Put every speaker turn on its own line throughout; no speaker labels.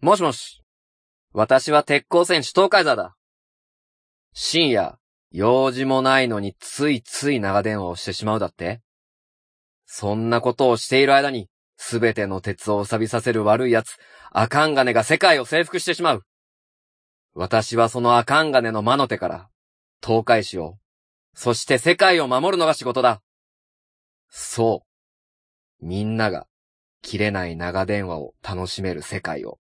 もしもし。私は鉄鋼戦士東海座だ。深夜、用事もないのについつい長電話をしてしまうだってそんなことをしている間に、すべての鉄を錆びさせる悪い奴、アカンガネが世界を征服してしまう。私はそのアカンガネの魔の手から、東海市を、そして世界を守るのが仕事だ。そう。みんなが、切れない長電話を楽しめる世界を。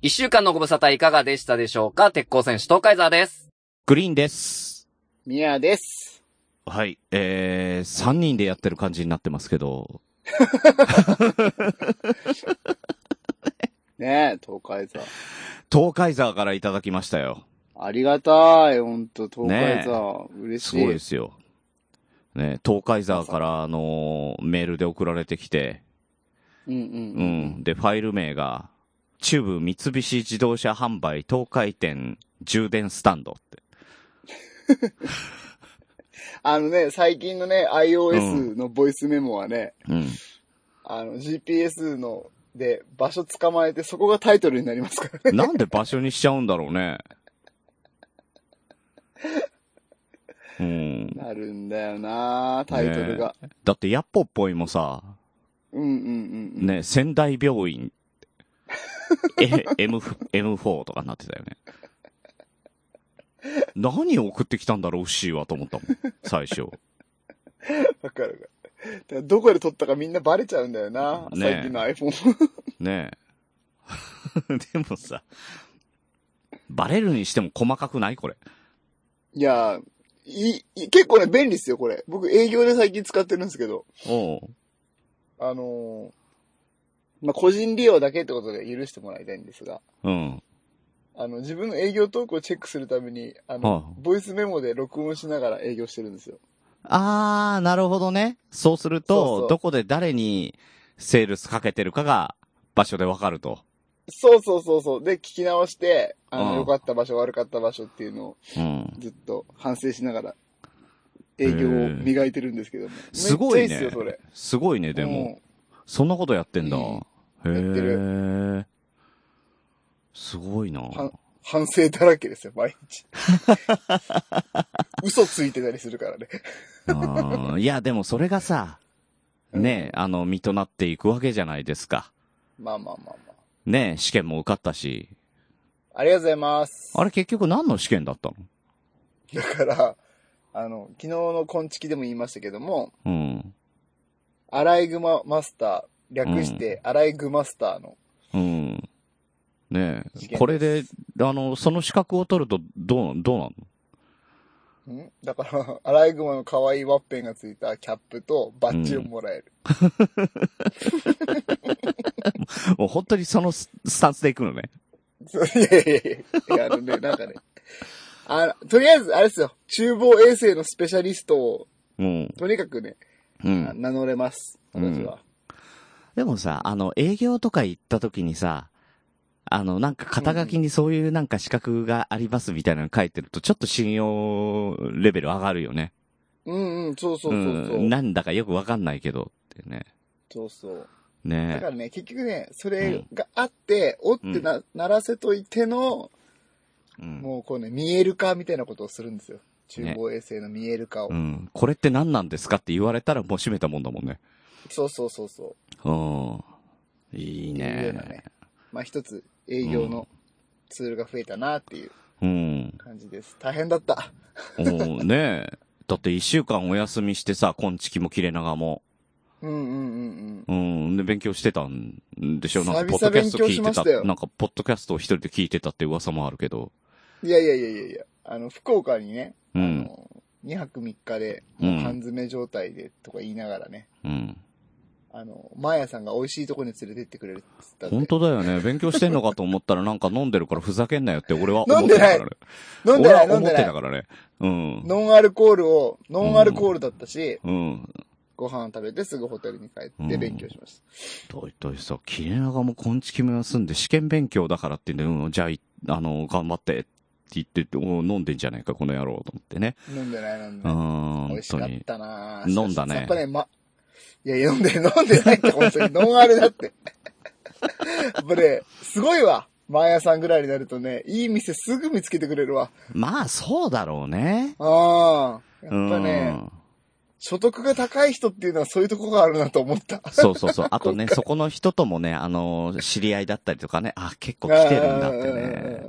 一週間のご無沙汰いかがでしたでしょうか鉄鋼戦士東海沢です。
グリーンです。
ミヤです。
はい。えー、三人でやってる感じになってますけど。
ねえ、東海座。
東海沢からいただきましたよ。
ありがたい、ほんと、東海座。嬉
す
しい
ごいですよ。ね、東海沢から、あのーメールで送られてきて、
うんう
うんん。で、ファイル名が、中部三菱自動車販売東海店充電スタンドって。
あのね、最近のね、
う
iOS のボイスメモはね、
うん。
あの、GPS の、で、場所捕まえて、そこがタイトルになります からね。
なんで場所にしちゃうんだろうね。うん。
なるんだよなタイトルが。
だって、ヤッポっぽいもさ、
うんうんうんうん。
ね、仙台病院。え、M、M4 とかになってたよね。何を送ってきたんだろう、シーはと思ったもん。最初。
わかるわかるだからどこで撮ったかみんなバレちゃうんだよな、
ねえ
最近の iPhone。
ね え。でもさ、バレるにしても細かくないこれ。
いやいい、結構ね、便利ですよ、これ。僕営業で最近使ってるんですけど。
おう
あのーまあ、個人利用だけってことで許してもらいたいんですが、
うん。
あの、自分の営業トークをチェックするために、あの、
はあ
ボイスメモで録音しながら営業してるんですよ。
あー、なるほどね。そうする
そうそう
どこで誰にセールスかけてるかが場所でわかると。
そうそうそうそう。で、聞き直して、あ
う
の、
ん
良かった場所、悪かった場所っていうのを
うん。
ずっと反省しながら、営業を磨いてるんですけども。
すごい
めっちゃいいっす
ね
よ、それ。。
すごいね、でも。そんなことやってんだ。
うん
へ
やって
え。すごいな。
うん。は反省だらけですよ、毎 日。嘘ついてたりするからね。
うんいや、でもそれがさ、ねえ、あの、身となっていくわけじゃないですか。
まあまあまあまあ。
ねえ、試験も受かったし。
ありがとうございます。
あれ結局何の試験だったの
だから、あの、昨日の昆虫でも言いましたけども、
うん。
アライグママスター、略してアライグマスターの、
うん。ね
試験で
え、
す
これで、あの、その資格を取ると、どう、どうなの
んだから、アライグマの可愛いワッペンがついたキャップとバッジをもらえる。
もう本当にそのススタンスでいくのね。
そういやいやいやいや、あのね、なんかね。あとりあえず、あれですよ、厨房衛生のスペシャリストを、
うん。
とにかくね、
うん。
名乗れます。私は。
でもさ、あの、営業とか行った時にさ、あの、なんか肩書きにそういうなんか資格がありますみたいなの書いてると、ちょっと信用レベル上がるよね。
うんうん、そうそうそうそう。
ん。なんだかよくわかんないけど、ってね。
そうそう。だか
ね
らね、結局ね、それがあって、おってな、ならせといての、
うん。
もうこうね、見える化みたいなことをするんですよ。厨房衛生の見える化を。
うん。これって何なんですかって言われたらもう閉めたもんだもんね。
そうそうそうそう。
うん。いい
っていうような
ね
ね。まあ一つ営業のツールが増えたなっていう
うん。
感じです。大変だった。
おーねえ。だって一週間お休みしてさ、昆虫も切れ長も。
うんうんうん
うん。で、勉強してたんでしょなんか、ポッド
久々
キャ
勉
スト
強
聞
し
い
ま
て。
したたよ
なんか、ポッドキャストを一人で聞いてたって噂もあるけど。
うん。いやいやいやいやいや、あの、福岡にね、
う
あ
ん。
の、2泊3日で、
うん
もう缶詰状態でとか言いながらね、
うん。
あの、マーヤさんが美味しいとこに連れてってくれるって言ってたんで
本当だよね。勉強してんのかと思ったら、なんか飲んでるからふざけんなよって俺は思
飲
っ
ん
て
で
たから
ない
ね。
飲んでな
俺は
い飲ん
思っ
で
て
ない
た。からね。うん。
ノンアルコールを、ノンアルコールだったし、
うん。
ご飯を食べてすぐホテルに帰
う
っ
ん
て勉強しました。
といといさ、切れ長もこんちきも休んで試験勉強だからって言うんで、うん、じゃあい、あの、頑張ってって言ってて、お飲んでんじゃないか、この野郎と思ってね。
飲んでない飲ん
う
で
ん
ない。、美
本
味し
当
かっ
に。
たな
飲んだね
やっぱね、ま、いや、飲んで、飲んでないって、本当に。ノンアルだって。 っぱね、すごいわ。マーヤさんぐらいになるとね、いい店すぐ見つけてくれるわ。
まあ、そうだろうね。
ああ。や
うん
っぱね、所得が高い人っていうのはそういうとこがあるなと思った。
そうそうそう。あとね、そこの人ともね、あの、知り合いだったりとかね、あ、結構来てるんだってね。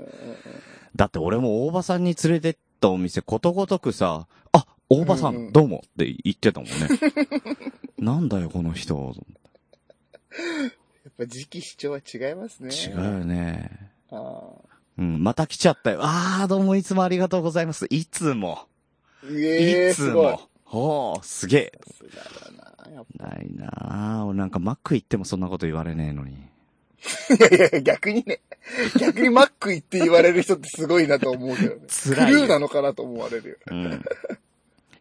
だって俺も大場さんに連れてったお店ことごとくさ、あ、大場さ、
うんうんん
どうもって言ってた もんね。なんだよ、この人。
やっぱ時期主張は違いますね。
違うよね。
あー。
うん、また来ちゃったよ。あー、どうもいつもありがとうございます。いつも。
ええ
い
ー、
つ
すごい。
も。ほう、すげえ。
さすがだな。やっ
ないなあ俺なんかマック行ってもそんなこと言われねえのに。
ぱいやいや、逆にね、逆にマック行って言われる人ってすごいなと思うけどね。ク
辛いよ
ルーなのかなと思われるよ。
うん。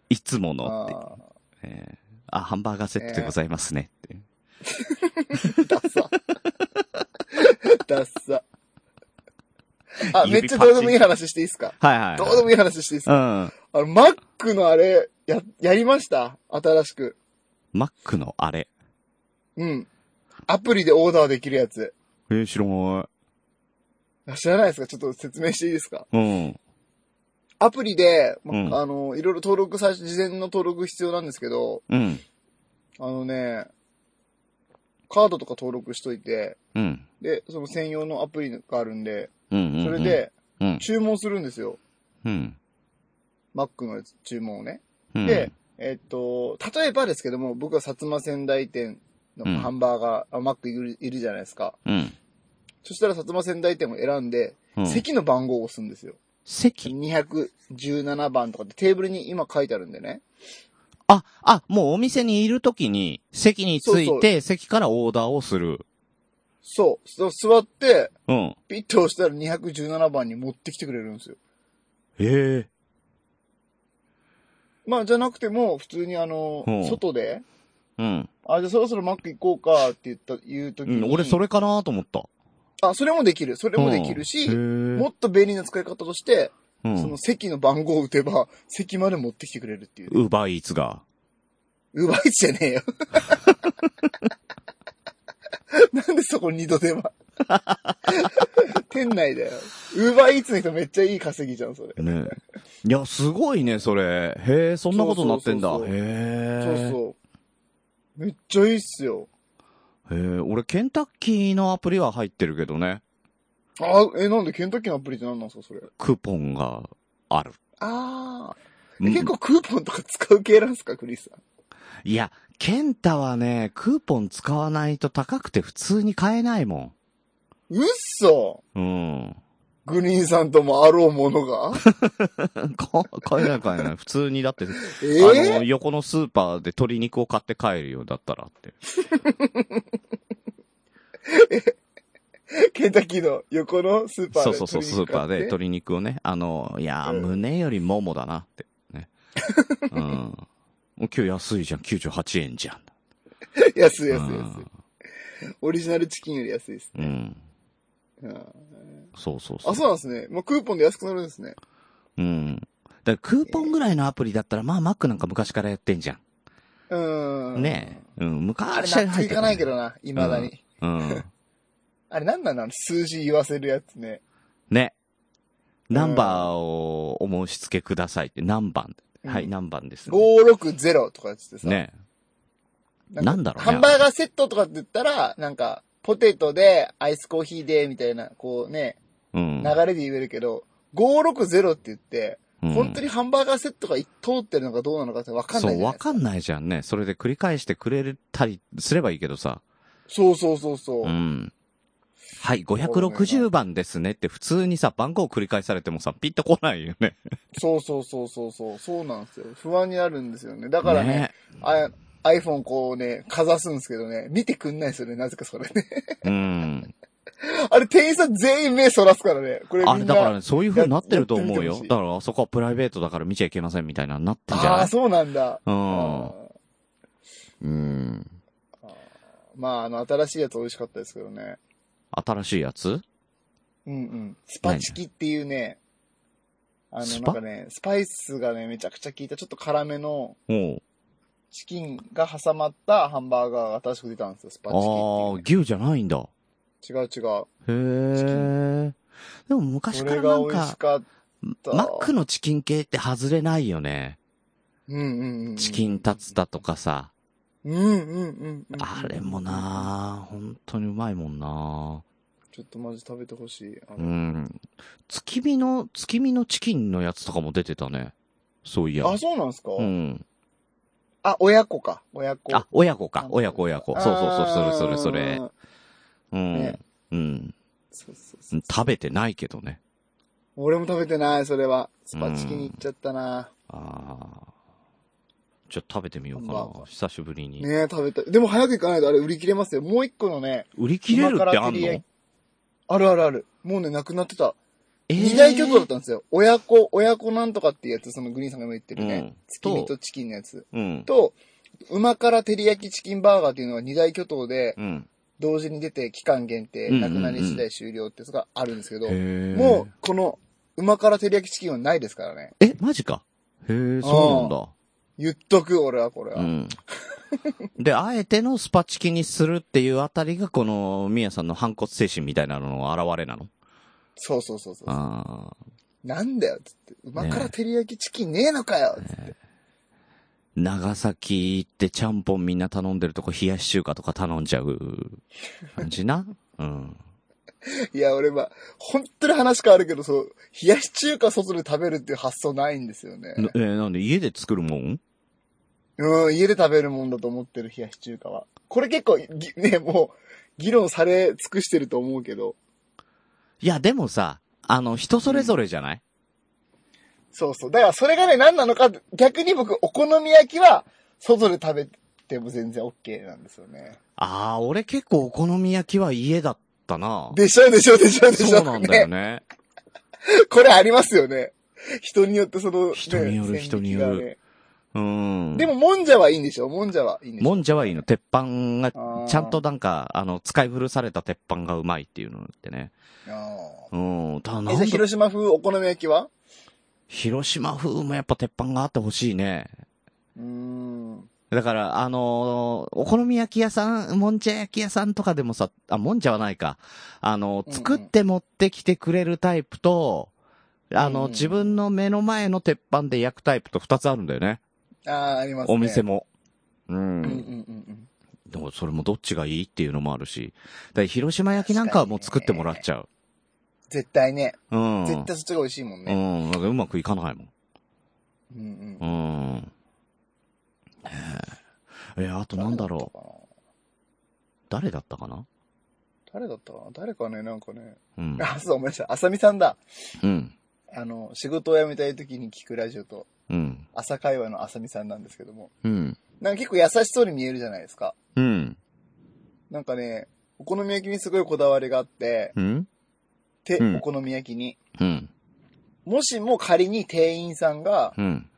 いつ ものって。
あ
えーあ、ハンバーガーセットでございますねって。
ーダッサ。 ダッサ。あ、めっ
指
ち
パ
ゃ
ッチン
どうでもいい話していいですか
はいはい、はい。
どうでもいい話していいです
う
か
ん。
あの、マックのあれ、や、やりました新しく。
マックのあれ。
うん。アプリでオーダーできるやつ。
えー、知らな
あ知らないですかちょっと説明していいですか
い。うん。
アプリで、ま
うん
あの、いろいろ登録さ、事前の登録必要なんですけど、
うん。
あのね、カードとか登録しといて、
うん。
で、その専用のアプリがあるんで、
うん、うん。
それ、で
うん。
注文するんですよ。
うん。
マックのやつ注文をね。
うん、
で、えっと、例えばですけども、僕は薩摩仙台店
うん
のハンバーガー、あマックいるいるじゃないですか。
うん。
そしたら薩摩仙台店を選んで、
うん、
席の番号を押すんですよ。
席
217番とかってテーブルに今書いてあるんでね。
あ、あ、もうお店にいるときに、席について
そう
席からオーダーをする。
そう。そ座って、
うん。
ピッと押したら217番に持ってきてくれるんですよ。
ええ
まあ、じゃなくても、普通にあの
うん、
外で、
うん。
あ、じゃあそろそろマック行こうかって言った、言うとき
う
に、
ん、俺それかなと思った。
あ、それもできる。それ
で
もできるし、も
も
っと便利な使い方として、
うん、
その席の番号を打てば、席まで持ってきてくれるっていう。
ウーバーイーツが。
奪いじゃねえ よ。なんでそこ二度手間店内だよ。ウーバーイーツの人めっちゃいい稼ぎじゃん、それ。
ね。いや、すごいね、それ。へえ、そんなことになってんだ。
そうそうそう
へ
そう
え。
そう。めっちゃいいっすよ。
へえ、俺、ケンタッキーのアプリは入ってるけどね。
あ、え、なんでケンタッキーのアプリって何なんすか、それ。
クーポンがある。
あー。
う
え
ん
結構クーポンとか使う系なんすか、クリスさん。
いや、ケンタはね、クーポン使わないと高くて普通に買えないも
うっそ
ん。うん。
グリーンさんともあろうものが
か買えない買えない。普通にだって、
え
あ
ー
の、横のスーパーで鶏肉を買って帰るようだったらって。
ケンタッキーの横のスーパー
そ
で
うそうそう、スーパーで鶏肉をね、あの、いやー、
うん
胸よりももだなって。 ね。うん。もう今日安いじゃん、98円じゃん。
安い 安い安
う
い
ん。
オリジナルチキンより安いです
う
ね。
ん。
うん
そうそうそう。
あ、そうなんですね。まあ、クーポンで安くなるんですね。
うん。だからクーポンぐらいのアプリだったら、まあ、マックなんか昔からやってんじゃ
う
ん。
ーん。
ねえ。うん、
あれ
昔から入っ
納得い
て
かないけどな、未だに。
うん。
あれなんなんなの数字言わせるやつね。
ね。ナンバーをお申し付けくださいって、何番はい、
うん
何番です。
560とかやつってさ。
ね。
か
なんだろうね
ハンバーガーセットとかって言ったら、なんか、ポテトで、アイスコーヒーで、みたいな、こうね、
うん
流。れで言えるけど、560って言って、
うん
本当にハンバーガーセットが通ってるのかどうなのかってわかん
そ
ないじ
う、
ゃな
わ
いですか。
かんないじゃんね。それで繰り返してくれたりすればいいけどさ。
そうそうそうそう。
うん。はい、560番ですねって普通にさ、番号繰り返されてもさ、ピッと来ないよね。
そうそうそうそうそう。そうなんですよ。不安になるんですよね。だからね、あ iPhone こうね、かざすんですけどね、見てくんないですよね、なぜかそれね。
ね。う ん。
あれ店員さん全員目そらすからね。これみんな。
あれだからね、そういう風になってると思う
ややっ
よ
てみ。て
だ
ほ
からあそこはプライベートだから見ちゃいけませんみたいなのになってんじゃ
あ
な
あ、
い
そうなんだ。
う
あ
ん。
ー
うん。
まあ、あの、新しいやつ美味しかったですけどね。
新しいやつ
うんうん。スパチキっていうね、あの、
ス
な
パ
んかね、スパイスがね、めちゃくちゃ効いた、ちょっと辛めの
おう
チキンが挟まったハンバーガーが新しく出たんですよ、スパチキっていう
ああ、牛じゃないんだ。
違う違う。
へえ。でも昔
そ
から
れ
な
が
ん
美味
か、
しかっ
マックのチキン系って外れないよね。
た。うんうんうん。
チキンタツタとかさ。
うんうんうんうん。
あれもなぁ、本当にうまいもんな
ちょっとマジ食べてほしい。あ
ぁ。う
の
ん。月見の、月見のチキンのやつとかも出てたね。そういや。
あ、そうなんですか
うん。
あ、親子か。親子。
あ、親子
あ
か
の。
親子親子。そうそうそう、それそれそれ。うん。
ね
うん。
そうそうそう
食べてないけどね。
俺も食べてない、それは。スパチキに行っちゃったな。
ああ。ちょっと食べてみようか
ハンバーガ
な。
ー
久しぶりに。
ねえ、食べたい。でも早く行かないとあれ売り切れますよ。もう一個のね、
売り切れるってあんの
今から照り焼
え
きあるあるある。もうね、なくなってた。
え
二大巨頭だったんですよ。親子、親子なんとかっていうやつ、そのグリーンさんが今言ってるね。
うん
月見とチキンのやつ。
うん。
と、馬から照り焼きチキンバーガーっていうのが二大巨頭で、
うん。
同時に出て期間限定、
うんうん
な
うん
くなり次第終了ってやつがあるんですけど、
へえ。
もう、この、馬から照り焼きチキンはないですからね。
え、マジか。へえ、そ
言っとく、俺はこれ
う
は。
なんだ。うん。で、あえてのスパチキにするっていうあたりが、この、ミヤさんの反骨精神みたいなのの表れなの
そうそうそうそう。
ああ。
なんだよ、つって。馬か
ね
ら
え
照り焼きチキンねえのかよ、つって。
長崎行ってちゃんぽんみんな頼んでるとこ冷やし中華とか頼んじゃう感じ なうん。
いや、俺は、本当に話変わるけど、そう、冷やし中華外で食べるっていう発想ないんですよね。
えーなんで家で作るもん
うん、家で食べるもんだと思ってる冷やし中華は。これ結構、ぎね、もう、議論され尽くしてると思うけど。
いや、でもさ、あの、人それぞれじゃない、
そうそう。だからそれがね、何なのか、逆に僕、お好み焼きは、外で食べても全然 OK なんですよね。
ああ、俺結構お好み焼きは家だったな。
でしょでしょでしょでしょ
そうなんだよね。
これありますよね。人によってその、ね
人による人による。うん。
線引きがねでも、もんじゃはいいんでしょもんじゃはいいんでしょ
もんじゃはいいの。鉄板が、
あー
ちゃんとなんか、あの、使い古された鉄板がうまいっていうのってね。
あ
うん。ただ
ー
な
え、じゃあ
んだ
広島風お好み焼きは
広島風もやっぱ鉄板があってほしいね。
うーん。
だから、あのーお好み焼き屋さん、もんじゃ焼き屋さんとかでもさ、あ、もんじゃはないか。あのー
うんうん
作って持ってきてくれるタイプと、あの
うんうん
自分の目の前の鉄板で焼くタイプと二つあるんだよね。
ああ、ありますね。
お店も。うん。
うんうんうんうん。
でもそれもどっちがいいっていうのもあるし。だから広島焼きなんかはもう作ってもらっちゃう。
絶対ね。
うん。
絶対そっちが美味しいもんね。
うん。なんかうまくいかないもん。
うんうん
う。ん。ねえ。え、あとなんだろう。
う。
誰だったかな
誰だったかな誰かね、なんかね。
うん。
あ、 そう、思い出した。あさみさんだ。
うん。
あの、仕事を辞めたい時に聞くラジオと、
うん。
朝会話のあさみさんなんですけども。
うん。
なんか結構優しそうに見えるじゃないですか。
うん。
なんかね、お好み焼きにすごいこだわりがあって、
うん
て、
うん
お好み焼きに。
うん。
もしも仮に店員さんが、
うん。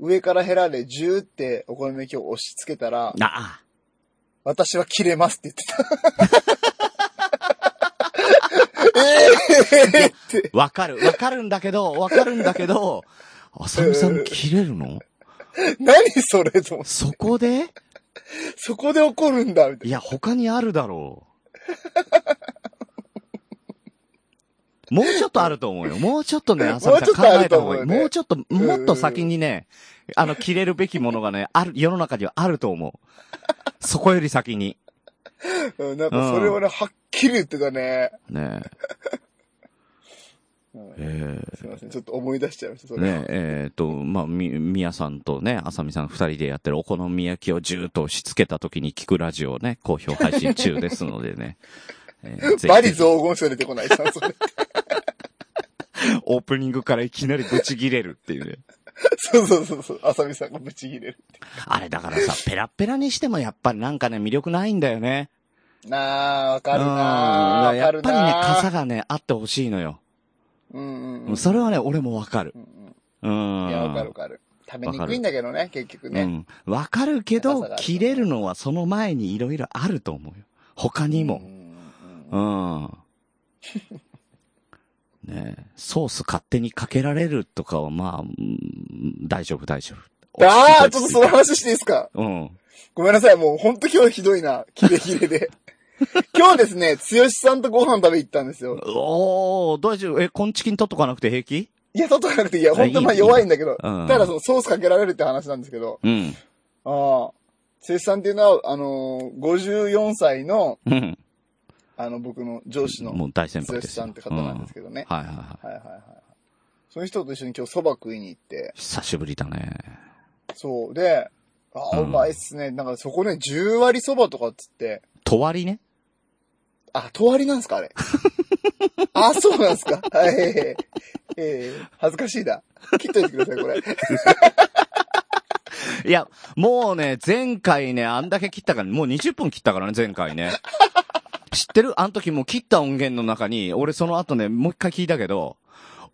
上からヘラでジューってお好み焼きを押し付けたら、
あ
私は切れますって言ってた。ええー、って。
あ、わかる。わかるんだけど、わかるんだけど、あさみさん切れるの
何それと思って
そこで
そこで怒るんだ、みたい
いや、他にあるだろう。もうちょっとあると思うよ。もうちょっとね、あさみさん
もうちょっとあ
考え
ると
た方
思
が
う
い
よ
い。
ね
もうちょっと、もっと先にね、あの、切れるべきものがね、ある、世の中にはあると思う。そこより先に。
な。うんなんかそれをね、はっきり言ってたね。
ね
うん
え。えー
すいません、ちょっと思い出しちゃいました、それ。
ねえ、えっ、と、まあ、み、みやさんとね、あさみさん二人でやってるお好み焼きをジューッと押し付けた時に聞くラジオをね、好評配信中ですのでね。え ーぜひ
バリ雑言しか出てこないじゃん、それ。
オープニングからいきなりぶち切れるっていうね。
そうそうそうそう、あさみさんがブチ切れる。
あれだからさ、ペラッペラにしてもやっぱりなんかね、魅力ないんだよね。
なあ、わか
うん
るなあ、わ
や
か
っ
る
ぱ
な
りね、
あ
傘がね、あってほしいのよ。
うんうんうん。
それはね、俺もわかる
う。ん
うん。
うん。いや、わかるわかる。食べにくいんだけどね、結局
う
ね。
ん。わかるけ
高さ
ど
がある、
切れるのはその前にいろいろあると思うよ。他にも
う。んう
うんん。ねえ、ソース勝手にかけられるとかは、まあうん、大丈夫、大丈夫。
ああ、ちょっとその話していいですか
うん。
ごめんなさい、もうほんと今日ひどいな、キレキレで。今日ですね、つよしさんとご飯食べ行ったんですよ。
おー、大丈夫。え、コンチキン取っとかなくて平気
いや、取っとかなくていいや、ほんとまあ
いいいい
弱いんだけど。
うん
ただそのソースかけられるって話なんですけど。
うん。
ああ。つよしさんっていうのは、あのー、54歳の、
うん。
あの、僕の上司の
もう大先
つよ
輩で
し
すよ。
さんって方なんですけどね。
うんはいはいは
はいはいはい。その人と一緒に今日蕎麦食いに行って
い。、久しぶりだね。
そう。で、ああ、
うん
うまいっすね。なんかそこね、10割蕎麦とかっつって、
とわりね。
あ、とわりなんす かあれ。あ、そうなんすかはい。ええええ恥ずかしいな。切っといてください、こ れ。
いや、もうね、前回ね、あんだけ切ったから、もう20分切ったからね、前回 ね。知ってるあの時もう切った音源の中に、俺その後ね、もう一回聞いたけど、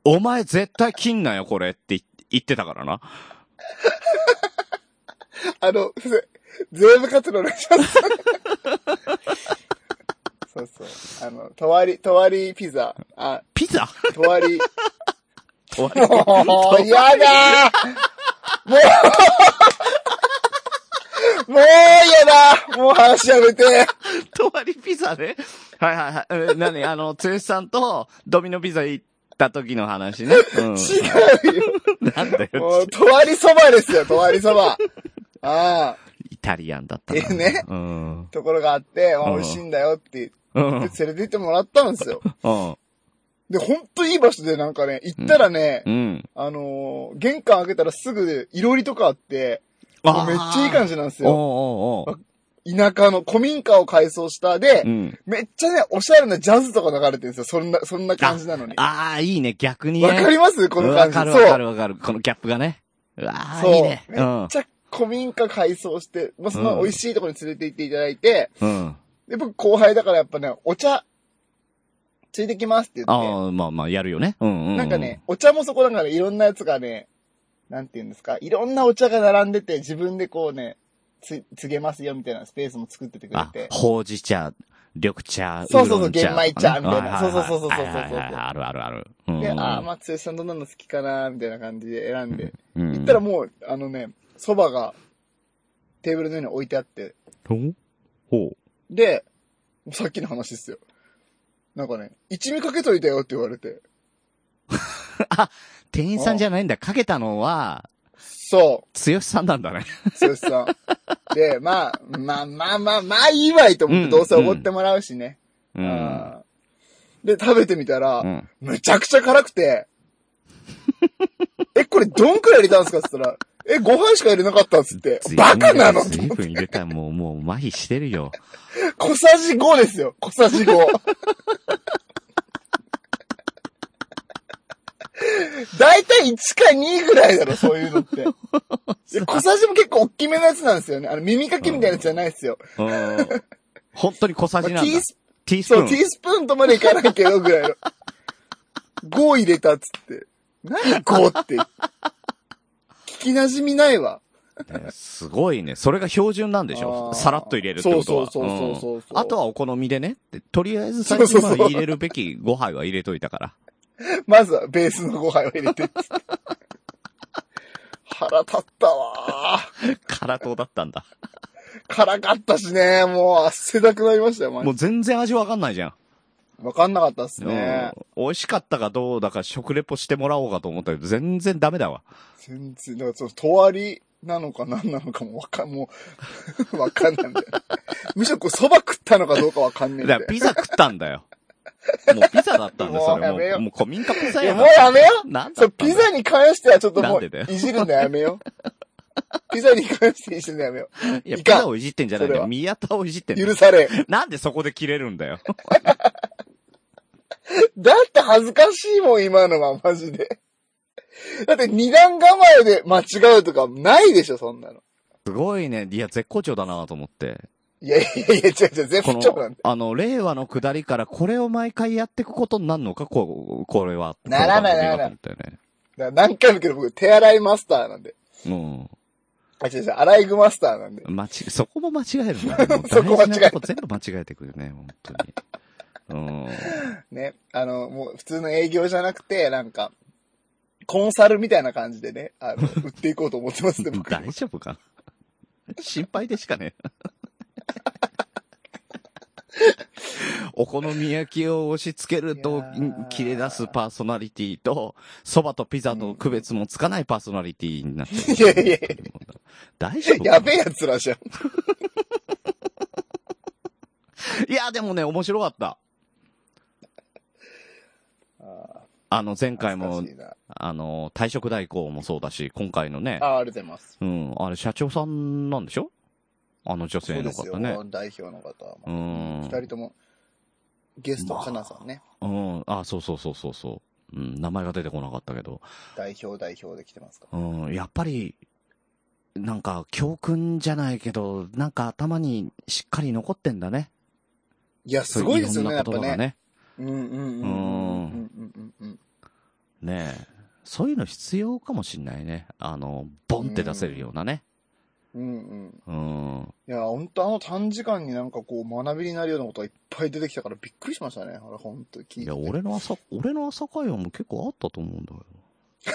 お前絶対切んなよ、これって言言ってたからな。
あの、すいません税務活動お願いし ます。そうそう。あの、とわり、とわりピザ。あ、
ピ ザ
とわり。
とわり
もう、やだーも う、もうやだもう話や めて。
とわりピザね。はいはいはいえー。何あの、つよしさんとドミノピザ行った時の話ね。 う
違うよ。
ん。なんだ
も
よ
う、。とわりそばですよ、とわりそば。ああ、
イタリアンだったな。
えね
うん。
ところがあって、まあ
うん
美味しいんだよって
うん。う
言っ
ん
て連れて行ってもらったんですよ。
うん。
で、ほんといい場所でなんかね、行ったらね、
うん。
あのー玄関開けたらすぐ、いろりとかあって、めっ
あー
ちゃいい感じなんですよ。
おうおうおう
田舎の古民家を改装したで、
うん。
めっちゃね、おしゃれなジャズとか流れてるんですよ。そんな、そんな感じなのに。
ああ、いいね、逆にね。
わかりますこの
わ
感
か
じ。
るわ
そ
か
う。
るわかる。このギャップがね。うわあ、
そう。
いいね。
めっちゃ古民家改装して、まあ、その美味しいところに連れて行っていただいて、
うん。うん。
で、僕後輩だからやっぱね、お茶、ついてきますって言って、
ああ、まあまあ、やるよね。うんうん、うん。
なんかね、、お茶もそこだからいろんなやつがね、なんて言うんですか、いろんなお茶が並んでて、自分でこうね、つ、つげますよみたいなスペースも作っててくれ
あ
て、。
ほうじ茶、緑茶、
そうそうそう
ウーロン茶
玄米茶みたいな
ははは
そうそうそうそうそうそう
はいはいはいあるあるある。うん。
で、ああ、まあ、つさんどんなの好きかな、みたいな感じで選んで、
うん、
行ったらもう、あのね、蕎麦がテーブルの上に置いてあって、
うん、ほう。
で、さっきの話ですよ。なんかね、一味かけといたよって言われて。
店員さんじゃないんだ。かけたのは、
そ
つよしさんなんだね。
う、剛さん。で、まあ、まあまあまあ、まあいいわいと思って、
うん
どうせおごってもらうしね。
う。
うんで、食べてみたら、
うん。
むちゃくちゃ辛くて、 え、これどんくらい入れたんですかって言ったら、え、ご飯しか入れなかったっつって、バカなの
随分入れた。もう、もう、麻痺してるよ。
小さじ5ですよ。小さじ5。大体1か2ぐらいだろ、そういうの って。いや小さじも結構大きめのやつなんですよね。あの、耳かきみたいなやつじゃないですよ。
うん。本当に小さ
ま
じ
あテ
なん
ィー
だ。
ス
ティースプ
そう、
ー
ティ
ン。
ースプーンとまでいかないけど、ぐ らいの。5入れたっつって。何5って。聞き馴染みないわ。
すごいね。それが標準なんでしょ
あー
さらっと入れるってことは。
そうそうそうそうそうそう
うんあとはお好みでね。ってとりあえず最
そ
初
うそうそう
は入れるべき5杯は入れといたから。
まずはベースの5杯を入れてっつって。腹立ったわー。
辛党だったんだ。
辛かったしね、もう汗だくなりましたよ、マ
も
ジ
う全然味わかんないじゃん。
でわかんなかったっすね。
うん美味しかったかどうだか食レポしてもらおうかと思ったけど、全然ダメだわ。
全然、だからその、とわりなのか何なのかもわかん、もう、 わかんないんだよ。むしろこう、蕎麦食ったのかどうかわかんねえ
だ
ん
から
だよ。
ピザ食ったんだよ。もうピザだったんだよ、そ
もうやめ
れ。も
よ
う、もう古民家ピザ
いや、
や
もうやめよう
なんだ
そ
っ
う、
たん
ピ
だよ
ザに関してはちょっと
な
も
ん
う
でだよ、
いじるのやめよ う。ピザに関していじるのやめよ
いや、
い
ピ
かん
ザをいじってんじゃないんだ
それ
よ。
は
宮田をいじってん
う。
だよ。
許されん。
なんでそこで切れるんだよ。
だって恥ずかしいもん、今のは、マジで。だって二段構えで間違うとかないでしょ、そんなの。
すごいね。いや、絶好調だなと思って。
いやいやいや、違う違う、全部
こ
ちょなん
の
だ。、
あの、令和の下りからこれを毎回やっていくことになるのか、こう、これは。
ならない
この番組は
ならない
と思っ
だから何回も言うけど僕、手洗いマスターなんで。
たよね。
あ、違う違う、アライグマスターなんで。
うん。間違、そこも間違えるん だね。もう
そこ間
大
違える
事なとこ全部間違えてくるね、本当に。うん。
ね。あの、もう普通の営業じゃなくて、なんか、コンサルみたいな感じでね、あの、売っていこうと思ってます ね、僕。
大丈夫 かな心配でしかね。お好み焼きを押し付ける
い
と
やー
切れ出すパーソナリティと、蕎麦とピザの区別もつかないパーソナリティになってる。
いやいやいや
大丈夫
やべえやつらじゃん。
いや、でもね、面白かった。あの、前回も
懐かし、いな
あの、退職代行もそうだし、今回のね
あ、あ、ありがとうございます。
うん、あれ社長さんなんでしょあの女性の
そう
方
です
ね
よ。。代表の方は。
う
二
ん。
人とも、ゲスト、
まあ
かなさんね。
うん。あ、そうそうそうそうそう。うん、名前が出てこなかったけど。
代表代表で来てますか
うん、やっぱり、なんか、教訓じゃないけど、なんか頭にしっかり残ってんだね。
いや、すごいですよね、
そう
や
ろ
っ
んな言
ぱ
葉が
ね。
ね。
うんうんうんうんうんうんうんうん。
ねえ。そういうの必要かもしんないね。あの、ボンって出せるようなね。
うんうん。
うん。
いや、本当あの短時間になんかこう、学びになるようなことがいっぱい出てきたからびっくりしましたね。あれ、本当聞いてて。
いや、俺の朝、俺の朝会話も結構あったと思うんだ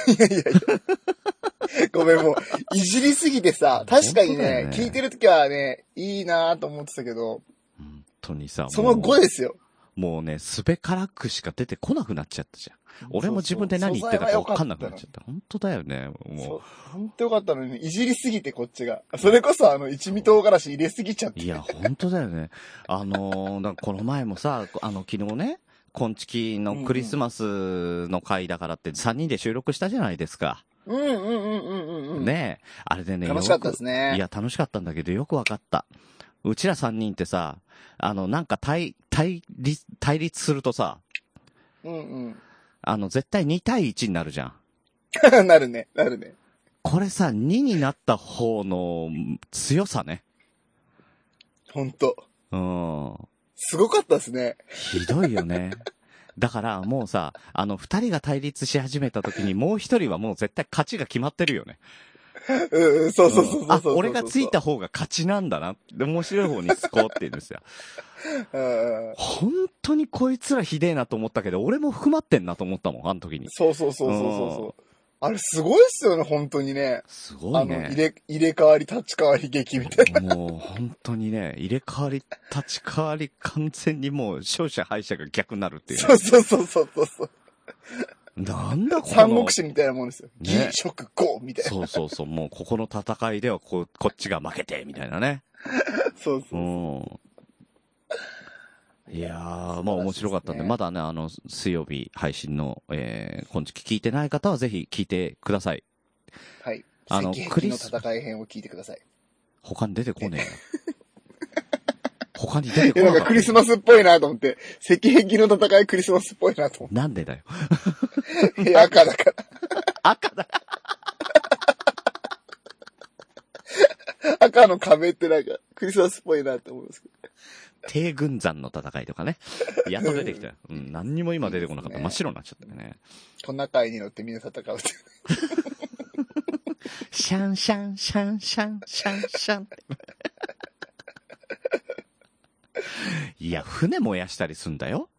けど。
いやいやいや。 ごめん、もう、いじりすぎてさ、確かに
本当だよ
ね、
ね
聞いてるときはね、いいなぁと思ってたけど、
本当にさ、
その後
も
ですよ。
うもうね、すべからくしか出てこなくなっちゃったじゃん。俺も自分で何言ってたか分かんなくなっちゃ
ゃ
った。本当だよね。もう。
本当よかったのに、いじりすぎてこっちが。それこそあの、一味唐辛子入れすぎちゃって。
いや、本当だよね。あのーだからこの前もさ、あの、昨日ね、コンチキのクリスマスの回だからって3人で収録したじゃないですか。
うんうんうんうんうんうん。。
ねえ。あれでね、
楽しかったです
ね。
ね。
いや、楽しかったんだけど、よく分かった。うちら3人ってさ、あの、なんか対、対立、対立するとさ、
うん
あの、絶対2対1になるじゃん。
うん。 なるね、なるね。
これさ、2になった方の強さね。
ほんと。
うん。
すごかったですね。
ひどいよね。だからもうさ、あの、二人が対立し始めた時にもう一人はもう絶対勝ちが決まってるよね。
うんうん、そうそうそうそ
う
うそ
ん
う
あ、俺がついた。方が勝ちなんだな。で、面白い方につこうって言うんですよ。
うんうん
本当にこいつらひでえなと思ったけど、俺も含まってんなと思ったもん、あの時に。
そうそうそうそうそうそう。あれすごいっすよね、本当にね。
すごい
あの、
ね。
入れ、入れ替わり、立ち替わり劇みたい
もう本当にね、入れ替わり、立ち替わり、完全にもう勝者敗者が逆になるってい
な。
う
そ
ね。
うそうそうそうそうそう。
なんだこの。
三国志みたいなもんですよ。
ね
義、食、豪みたいな。
そうそうそう、もうここの戦いではこ、こっちが負けて、みたいなね。
そうそうう。
ん。いやー、まあ面白かったんで、
ね
まだね、あの、水曜日配信の、えー、今月聞いてない方はぜひ聞いてください。
はい。
あ
あ
の
の、
ク
ク
リ
リ
ス
ス。の戦い編を聞いてください。
他に出てこねえよ。 他に出て
い
こ
や、
な
なん
かった
かクリスマスっぽいなと思って、赤壁の戦いクリスマスっぽいなと思
なんでだよ。
って。いや赤だか
赤だ
ら、赤の壁ってなんか、クリスマスっぽいなって思うんですけ
低軍山の戦いとかね。やっと出てき たよ。うん、何にも今出てこなかった。
いい
真
で
っ
す
白になっちゃったよね。
ど、トナカイに乗ってみんな戦うって。
シャンシャンシャンシャンシャンシャン って。いや、船燃やしたりすんだよ。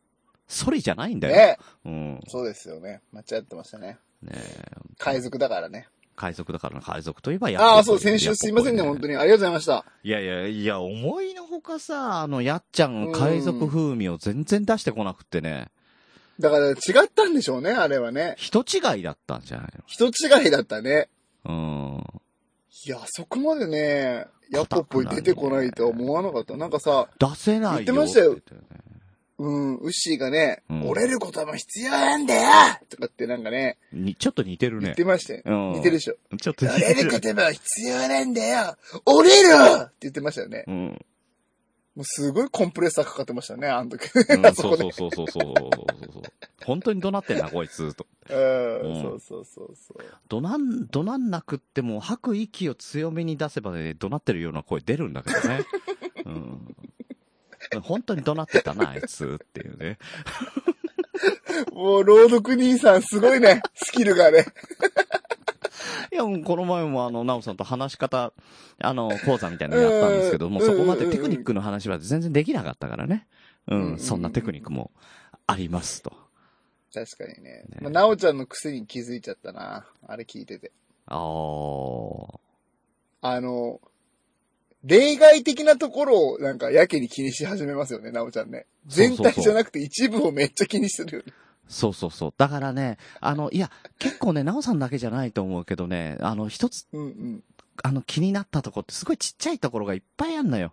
ソリじゃないんだよ。
ね
うん。
そうですよね。間違ってましたね。
ねえ
海賊だからね。
海賊だからな海賊といえばやっ
ああ、そう、先週すいませんね、本
に。
当に。ありがとうございました。
いやいや、いや、思いのほかさ、あの、やっちゃん、
うん
海賊風味を全然出してこなくってね、
だから違ったんでしょうね、あれはね。
人違いだったんじゃない
人違いだったね。
のうん。
いや、あそこまでね、ヤッポっぽい出てこないとは思わなかった。なんかさ、
出せないよ。
言ってましたよ
て言ってたよね
うん、ウッシーがね、
うん
折れることも必要なんだよとかってなんかね、
にちょっと似てる
言
ね
って。ましたよ。
うん
似てるでしょ。
ちょっと似
折れ
て
るこ
る。
とも必要なんだよ折れろって言ってましたよね。
うん。
もうすごいコンプレッサーかかってましたよね、あの時。
うん
あ そ
そ
こ
うそ
ね
う。そうそうそうそうそう。本当に怒鳴ってんな、こいつ。と。
うん、
うん
そうそうそうそう。
怒鳴ん、怒鳴んなくっても、吐く息を強めに出せばね、怒鳴ってるような声出るんだけどね。うん。本当に怒鳴ってたな、あいつ。っていうね。
もう、朗読兄さんすごいね、スキルがね。
いや、もうこの前もあの、ナオさんと話し方、あの、講座みたいなのやったんですけども、
うん
そこまでテクニックの話は全然できなかったからね。う、
うんん
そんなテクニックもありますと。
確かにね。
ね
まあ、なおちゃんの癖に気づいちゃったな。あれ聞いてて。
あー。
あの、例外的なところをなんかやけに気にし始めますよね、なおちゃんね。全体じゃなくて一部をめっちゃ気にするよね。
そうそうそう。だからね、あの、いや、結構ね、なおさんだけじゃないと思うけどね、あの、一つ、
うんうん。
あの、気になったとこってすごいちっちゃいところがいっぱいあんのよ。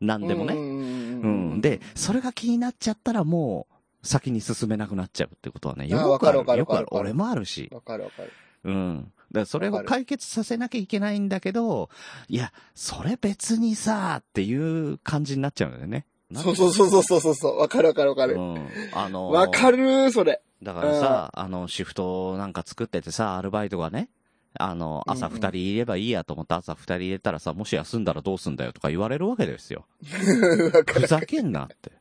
なんでもね。
うん
う
うんうん
ん。で、それが気になっちゃったらもう、先に進めなくなっちゃうってことはね、
あー
よくある。
わかる
よくある
わ。かる
俺もあるし。
わかるわかる。
うん。だからそれ
わ
を
かる
解決させなきゃいけないんだけど、いや、それ別にさ、っていう感じになっちゃうんだよね。
そうそうそうそうそうそう。わかるわかるわか
う
る。
ん。あのー
わかるそれ。
だからさ、あの、シフトなんか作っててさ、アルバイトがね、あの、朝
うんうん
二人いればいいやと思って朝二人入れたらさ、もし休んだらどうすんだよとか言われるわけですよ。
わか
ふ
る。
ざけんなって。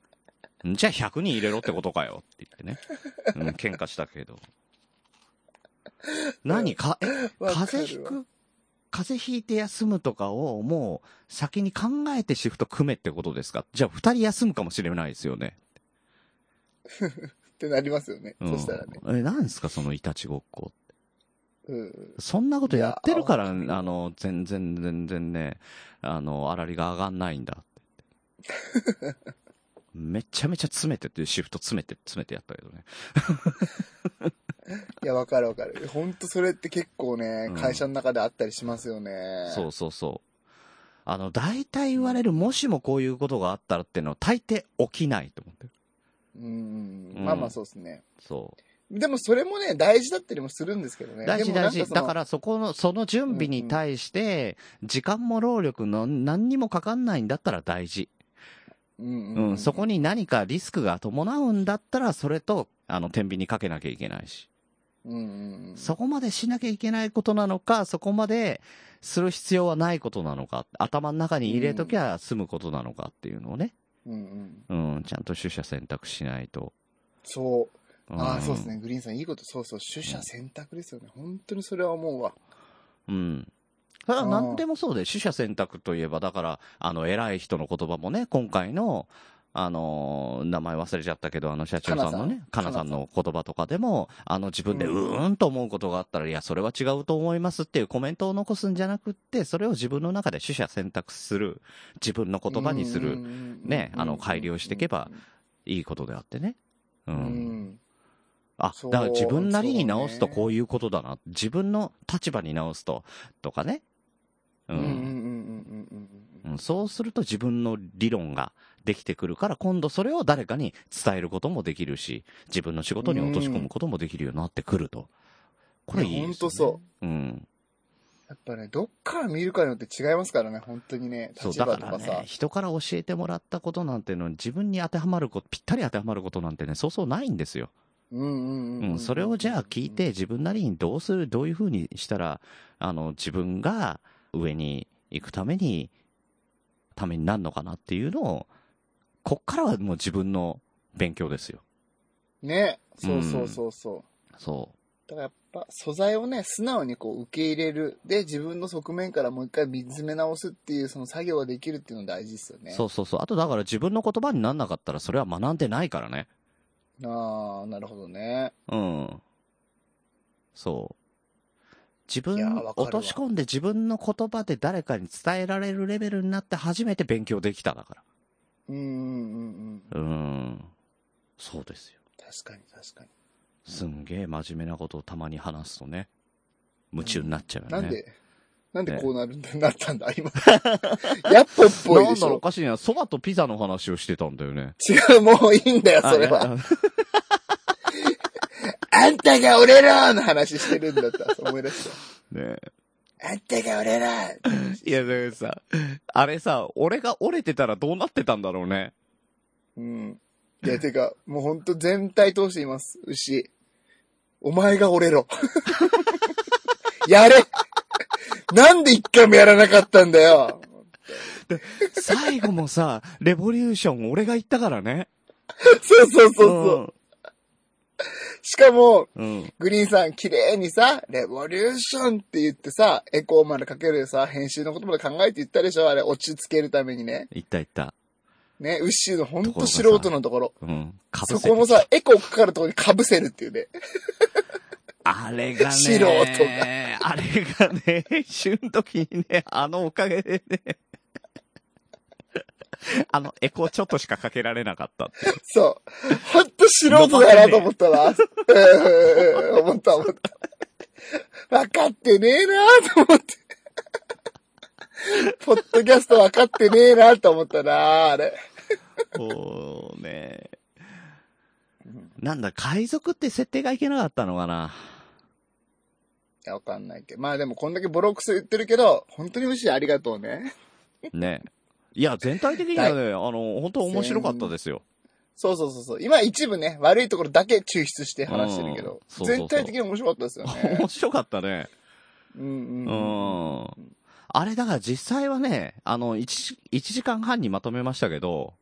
じゃあ100人入れろってことかよって言ってね。うん、喧嘩したけど。何か、え、
わかるわ
風邪ひく風邪ひいて休むとかをもう先に考えてシフト組めってことですかじゃあ二人休むかもしれないですよね。
ってなりますよね。
うん、
そしたらね。
え、何ですかそのいたちごっこ
うん。
そんなことやってるから、あ
いやー
の、全然、全然ね、あの、あらりが上がんないんだって。 めちゃめちゃ詰めてって、シフト詰めて、詰めてやったけどね。
いや、わかるわかる。ほんとそれって結構ね
うん、
会社の中であったりしますよね。
そうそうそう。あの、大体言われる、もしもこういうことがあったらっていうのは、大抵起きないと思ってる。
うん。
うん
まあまあそうですね。
そ
でもそれもね、大事だったりもするんですけど
う。
ね。
大事
でも
大
なんか
事。
その
だから、そこの、その準備に対して、時間も労力の、何にもかかんないんだったら大事。
うん
うん、そこ
に。
に何かリスクが伴うんだったら、それと、あの、天秤にかけなきゃいけないし。
うんうんうん。
そこまでしなきゃいけないことなのか、そこまでする必要はないことなのか、頭の中に入れときゃ済むことなのかっていうのをね、
うんうん。
うん、ちゃんと取捨選択しないと。
そう。
ん
ああ、そうです。ね。グリーンさん、いいこと、そうそう。取捨選択ですよね。本当にそれは思うわ。
うん。それは何でもそうで、取捨選択といえば、だから、あの、偉い人の言葉もね、今回の、あのー名前忘れちゃったけど、あの社長さんのね、か
かな
な
さ
さ
ん
んの言葉とかでも、あの自分でう
うん
ーんと思うことがあったら、いや、それは違うと思いますっていうコメントを残すんじゃなくって、それを自分の中で取捨選択する、自分の言葉にす
うん
る、
うんうんうん。
ねあの改良していけばいいことであってね。う。
うん。うんん。
あ、
そう
だから自分なりに直すと
そうね
こういうことだな。自分の立場に直すと、とかね。う
うんうんうんうん
ん。
うんう。
うんんそうすると自分の理論ができてくるから、今度それを誰かに伝えることもできるし、自分の仕事に落とし込むこともできるようになってくると。これいいです、ね。
本当そう。
う。うん。
やっぱね、どっから見るかによって違いますからね、本当にね。
そう、
立
だ
場
か
と
ら
か
ね
さ、。
人から教えてもらったことなんてのに自分に当てはまること、ぴったり当てはまることなんてね、そうそうないんですよ。
うんうんう。
うんん、それをじゃあ聞いて、自分なりにどうする、どういうふうにしたら、あの、自分が上に行くために、ためになるのかなっていうのを、こっからはもう自分の勉強ですよ。
ね。そうそうそうそう。
そ
だからやっぱ素材をね、素直にこう受け入れる。で、自分の側面からもう一回見つめ直すっていう、その作業ができるっていうの大事ですよ
う。
ね。
そうそうそう。あとだから自分の言葉になんなかったら、それは学んでないからね。
ああ、なるほどね。
うん。そう。自分
いやーわかるわ、
落とし込んで自分の言葉で誰かに伝えられるレベルになって初めて勉強できただか
うんうんうんうん。
ら。うん。そうですよ。
確かに確かに。
すんげえ真面目なことをたまに話すとね、夢中になっちゃうよね。
なんで、なんでこうなるんだ、なったんだ、 今。やっぽっぽい
な
で
ん
し
だろうお
ょ。
かしいな。蕎麦とピザの話をしてたんだよね。
違う、もういいんだよ、それは。あんたが俺らの話してるんだった。思い出 し
ね
た。あんたが俺ら
いや、だけどさ、あれさ、俺が折れてたらどうなってたんだろうね。
うん。いや、てか、もうほんと全体通しています、牛。お前が折れろ。 やれなんで一回もやらなかったんだよ
最後もさ、レボリューション俺が言ったからね。
そうそうそうそう。しかも、
うん。うん。
グリーンさん、綺麗にさ、レボリューションって言ってさ、エコーまでかけるさ、編集のことまで考えて言ったでしょあれ、落ち着けるためにね。
言った言った。
ね、ウッシーのほん
とことろがさ
素人のところ。
うん。かぶ
そ
せて
このさ、エコーかかるところに被せるっていうね。
ああれがね、
素人が
あれがね、旬の時にね、あのおかげでね、あの、エコーちょっとしかかけられなかったっていう。
そう。ほんと素人だなと思ったな。うん思った思った。分かってねえなと思って。ポッドキャスト分かってねえなと思ったなあれ。
こうね。なんだ、海賊って設定がいけなかったのか ない
や、わかんないけど。まあでもこんだけボロクソ言ってるけど、本当に牛ありがとうね。
ね。いや、全体的にはね、あの、本当面白かったですよ。
そうそうそうそう。今一部ね、悪いところだけ抽出して話してるけ
うん
ど、
そうそうそう
全体的に面白かったですよ ね。
面白かったね。
うん
う
うん。
ん。あれだから実際はね、あの、1、一時間半にまとめましたけど、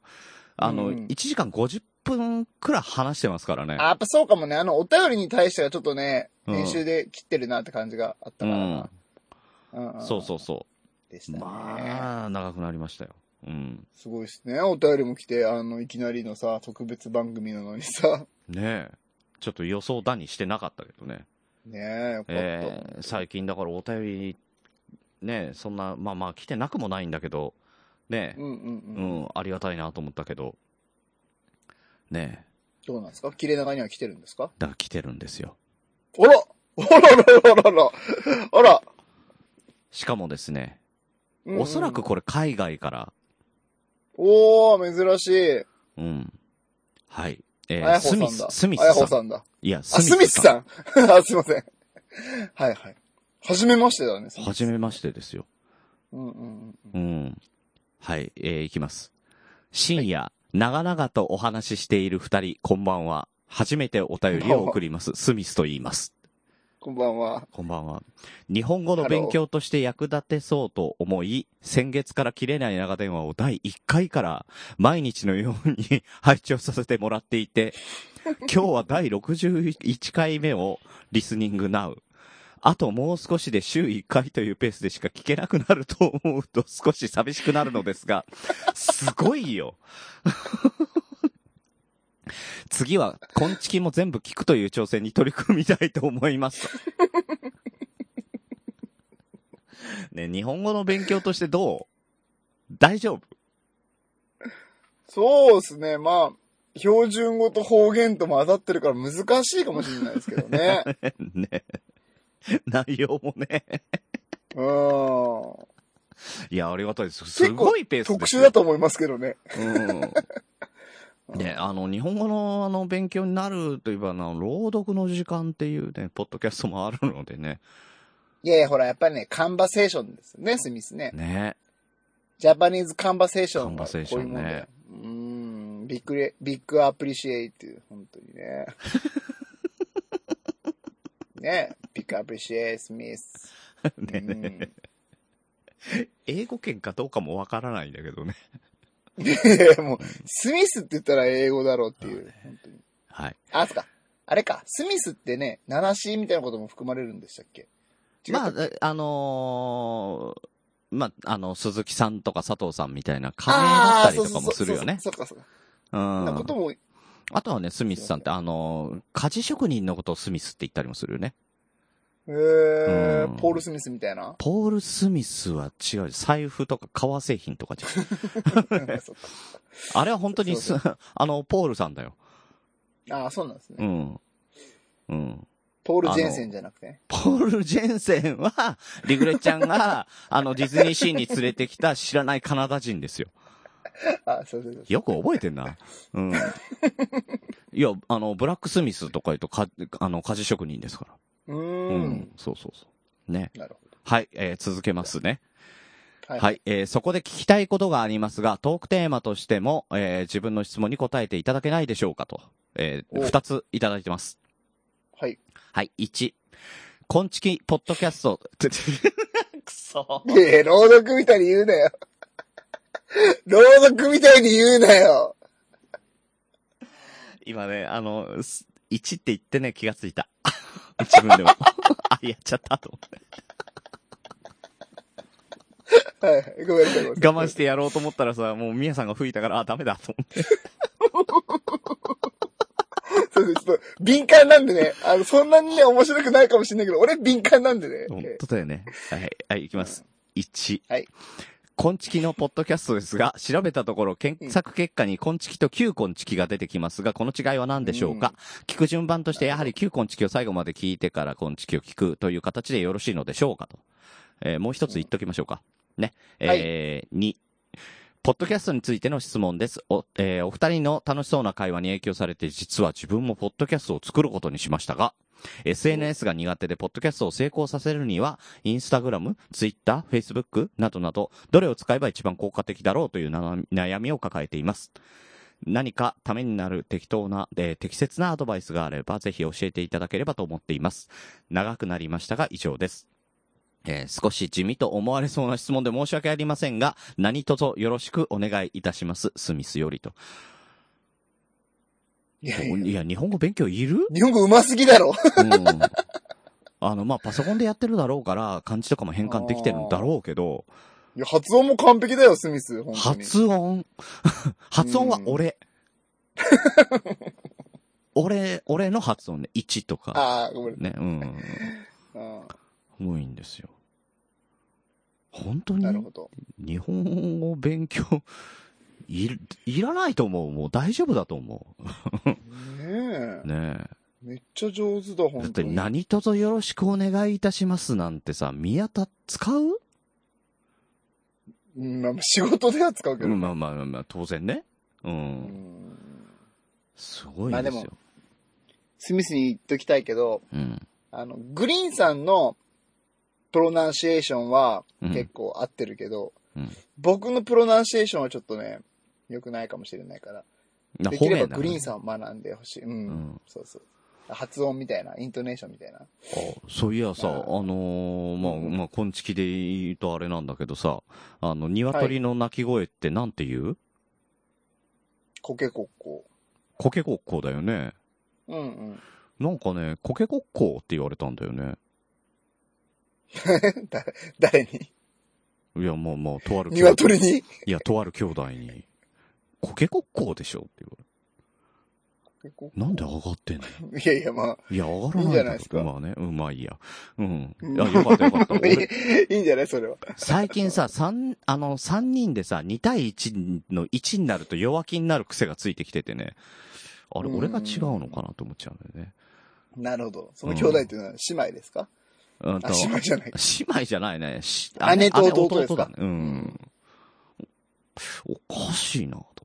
あの、
うん
1時間50分くらい話してますからね
あ、。やっぱそうかもね。あの、お便りに対してはちょっとね、
うん
練習で切ってるなって感じがあった
う
から。
ん。
うん
そうそうそ
うん。でし
う。
たね。
まあ、長くなりましたよ。うん。
すごいですね。お便りも来て、あの、いきなりのさ、特別番組なのにさ。
ねえ。ちょっと予想だにしてなかったけどね。
ねえ、よかった。
えー最近だからお便り、ねえ、そんな、まあまあ来てなくもないんだけど、ねえ
う、ん
う
うんうん。
ん、ありがたいなと思ったけど、ねえ、
どうなんですか切れ長には来てるんですか
だから来てるんですよ。
あらあらららららあら、
しかもですね、
うんうん
おそらくこれ海外から、
おー、珍しい。
うん。はい。え
あ
ー、
や
ス
ほさん
ミ
だ。
ス、スミ
あや
ス
ほ
さん。
さんだ。
いや、
あ、スミスさん。 あ、すいません。はいはい。はじめましてだね。
はじめましてですよ。
うんうんうん。
うん。はい、えー、いきます。深夜、長々とお話ししている二人、こんばんは。初めてお便りを送ります。スミスと言います。
こんばんは。
こんばんは。日本語の勉強として役立てそうと思い、先月から切れない長電話を第1回から毎日のように拝聴させてもらっていて、今日は第61回目をリスニングナウ。あともう少しで週1回というペースでしか聞けなくなると思うと少し寂しくなるのですが、すごいよ。次は、こんちきも全部聞くという挑戦に取り組みたいと思います。ね、日本語の勉強としてどう大丈夫
そうですね。まあ、標準語と方言とも当たってるから難しいかもしれないですけ どね。
ね。内容もね。
う
いや、ありがたいです。す
結構
ごいペー
ん。
ス
特
です
殊
よ。
だと思いますけどね。
うん。ね、あの、日本語の、あの、勉強になるといえば、あの、朗読の時間っていうね、ポッドキャストもあるのでね。
いやいや、ほら、やっぱりね、カンバセーションですよね、スミスね。
ね。
ジャパニーズカンバセーションは
カンバセーシ
こ
ョ
ういう
ン
もんだよ
ね。
うーん。ビッグレ、ビッグアプリシエイト、本当にね。 ねビッグアプリシエイト、スミス。うん
英語圏かどうかもわからないんだけどね。
いやい やもう、スミスって言ったら英語だろうっていう。本当に
はい。
あ、そっか。あれか。スミスってね、七ーみたいなことも含まれるんでしたっけ違
ま
っ
あ、えあのーまあ、あの、鈴木さんとか佐藤さんみたいな仮名だったりとかもするよね。
そっかそっか。
う
そんなこと
ん。
も、
あとはね、スミスさんって、あのー、鍛冶職人のことをスミスって言ったりもするよね。
え
う
ー
ん、
ポール・スミスみたいな。
ポール・スミスは違う。財布とか革製品とかじゃん。
そっか
あれは本当にす
そ
あの、ポールさんだよ。
ああ、そうなんです
う
ね。
ん。うん。
ポール・ジェンセンじゃなくてね。
ポール・ジェンセンは、リグレちゃん が、あの、ディズニーシーに連れてきた知らないカナダ人ですよ。
あ、そうそうそう。
よく覚えてんな。 うん。いや、あの、ブラックスミスとか言うと、か、あの、鍛冶職人ですか
うー。
ら。うんそうそうそう。ね。
なるほ
はい、えー続けますね。
ど。
はい、。えーそこで聞きたいことがありますが、トークテーマとしても、えー自分の質問に答えていただけないでしょうかと。えー
お
二ついただいてます。
はい。
はい、1。こんちき、ポッドキャスト。 くそ。
えー、朗読みたいに言うなよ。 朗読みたいに言うなよ。
今ね、あの、す1って言ってね、気がついた。 自分でも。 あ、やっちゃったと思って。
はいはい。ごめんなさい。
我
ごめんなさい
慢してやろうと思った らさ、もうみやさんが吹いたから、あ、ダメだと思って。
そうですちょっと敏感なんでね、あの、そんなにね、面白くないかもしれないけど、俺敏感なんでね。
本
え
当だよね。はい、はい、いきます。1。
はい。
昆虫のポッドキャストですが、調べたところ、検索結果に昆虫と旧昆虫が出てきますが、この違いは何でしょうか、聞く順番として、やはり旧昆虫を最後まで聞いてから昆虫を聞くという形でよろしいのでしょうかと。えーもう一つ言っときましょうか。ね。えー、2。ポッドキャストについての質問です。お、えーお二人の楽しそうな会話に影響されて、実は自分もポッドキャストを作ることにしましたが、SNS が苦手で、ポッドキャストを成功させるには、インスタグラム、ツイッター、フェイスブックなどなど、どれを使えば一番効果的だろうというなな悩みを抱えています。何かためになる適当な、えー適切なアドバイスがあれば、ぜひ教えていただければと思っています。長くなりましたが、以上です。えー少し地味と思われそうな質問で申し訳ありませんが、何卒よろしくお願いいたします。スミスよりと。
いやいや
いや、日本語勉強いる
日本語上手すぎだろ。
うんあの、まあ、パソコンでやってるだろうから、漢字とかも変換できてるんだろうけど、
いや、発音も完璧だよ、スミス。本当に。
発音 発音は 俺。俺、俺の発音で、1とか、
ああ、ごめん。
ね、うん。
あ
多いんですよ。本当
ーなる
に
ほど。
日本語勉強、いる、いらないと思う。もう大丈夫だと思
ね
う。ねえ。
え。めっちゃ上手だ、
だっ
本当
て
に。
何卒よろしくお願いいたしますなんてさ、宮田使う
うん、まあ仕事では使うけ
う
ど。
ん、まあまあまあまあ、当然ね。う。
うんん
すごいんです
まあ
よ
で。スミスに言っときたいけど、
うん。
あの、グリーンさんのプロナンシエーションは
うん
結構合ってるけど、
うん
僕のプロナンシエーションはちょっとね、良くないかもしれないから、
な
でき
方
れ
面
ば
だ
グリーン
ね
さんを学んでほしい。うん、
ん
そうそう。発音みたいな、イントネーションみたいな。
あそういやさ、あ
あー
のーまあ、まあ、昆虫で言うとあれなんだけどさ、あの、鶏の鳴き声ってなんて言う
コケコッコ。
コケコッコーだよね。
うんうん。
なんかね、コケコッコーって言われたんだよね。
誰、誰に
いや、まあまあ、とある兄弟。
鶏に
いや、とある兄弟に、コケコッコーでしょって言われる。 なんで上がってんの
いやいや、まあ、
いや、上がらない
いんじゃないですか
まあね、うん、まあいいや。うん。あ、
うん
よかったよかった。
い
俺、
いいいんじゃないそれは。
最近さ、三、あの、三人でさ、2対1の1になると弱気になる癖がついてきててね。あれ、
うん
俺が違うのかなと思っちゃうんだよね。
なるほど。その兄弟っていうのは姉妹ですか、
うんと
あ、姉妹じゃない。
姉妹じゃないね。し
姉と弟ですか
姉だね。うん。おかしいな、と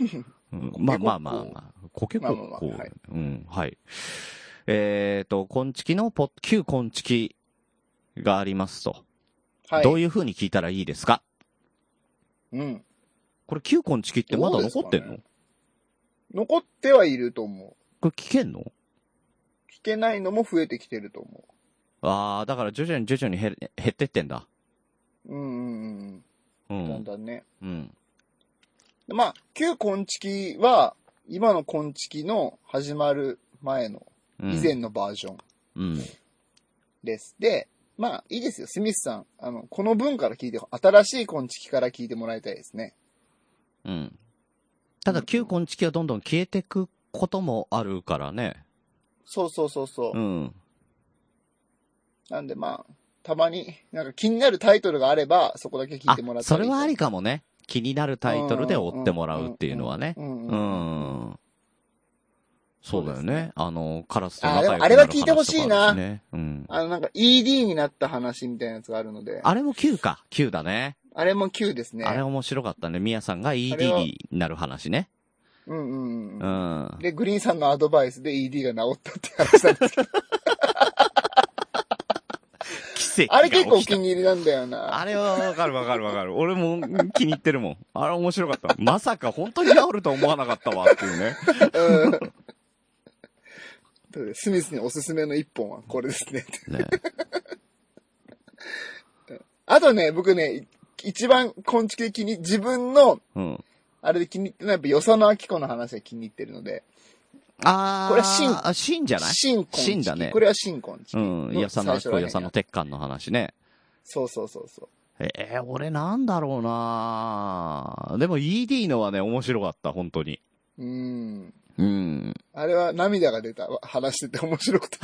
思って。うん、まあまあまあまあ。コケコッコーだね。うん、はい。えっ、ー、と、昆虫のポッ、旧昆虫がありますと。
はい。
どういう風に聞いたらいいですか
うん。
これ、旧昆虫ってまだ残ってんの、
どうですかね残ってはいると思
これ聞けんの
う。聞けないのも増えてきてると思
ああ、だから徐々に徐々に減減ってってんだ。
う。うんうん
う
うん。だん
ん。
だんね。
うん。
でまあ、旧昆虫は、今の昆虫の始まる前の、
うん
以前。のバージョン
うん。
です。で、まあ、いいですよ、スミスさん。あの、この文から聞いて、新しい昆虫から聞いてもらいたいですね。
うん。ただ、旧昆虫はどんどん消えてくこともあるからね。
そうそうそうそ
う
う。
ん。
なんでまあ、たまに、なんか気になるタイトルがあれば、そこだけ聞い
あ
てもら、った
そ
ら
れ
いい
はありかもね。気になるタイトルで追ってもらうっていうのはね。
うんうん
う
うんうん。
ん。そうだよ
そうです
ね
ね。
あの、カラスと仲良くなる
あでもあれは聞いてほし
話
いな
とかあるねうん。
あの、なんか ED になった話みたいなやつがあるので、あ
あれも旧か。旧だね。
れも Q ですね。
あれ面白かったね。ミヤさんが
あれ
ED
は
になる話ね。
うんうん
う
うん。
ん。
で、グリーンさんのアドバイスで ED が治ったって 話なんですけど、
奇跡
あ
が
れ
起きた。
結構お気に入りなんだよな。
あれはわかるわかるわかる。俺も気に入ってるもん。あれ面白かった。まさか本当に治ると思わなかったわっていうね。
うん。 ということでスミスにおすすめの一本はこれですね。
ね
あとね、僕ね、い一番昆虫的に自分の、
うん。
あれで気に入ってるのはやっぱ与謝野明子の話が気に入ってるので、
あー。
これは真
あ真じゃない
新昆
真
虫。
だね
これは新昆虫。
うん。
の
やさの
最
あ
初
き
ら
こ、
へん
やさの鉄管の話ね。
そうそうそうそう。
えー、俺なんだろうなでも ED のはね、面白かった、本当に。
うーん。
うん。
あれは涙が出た。話してて面白くて。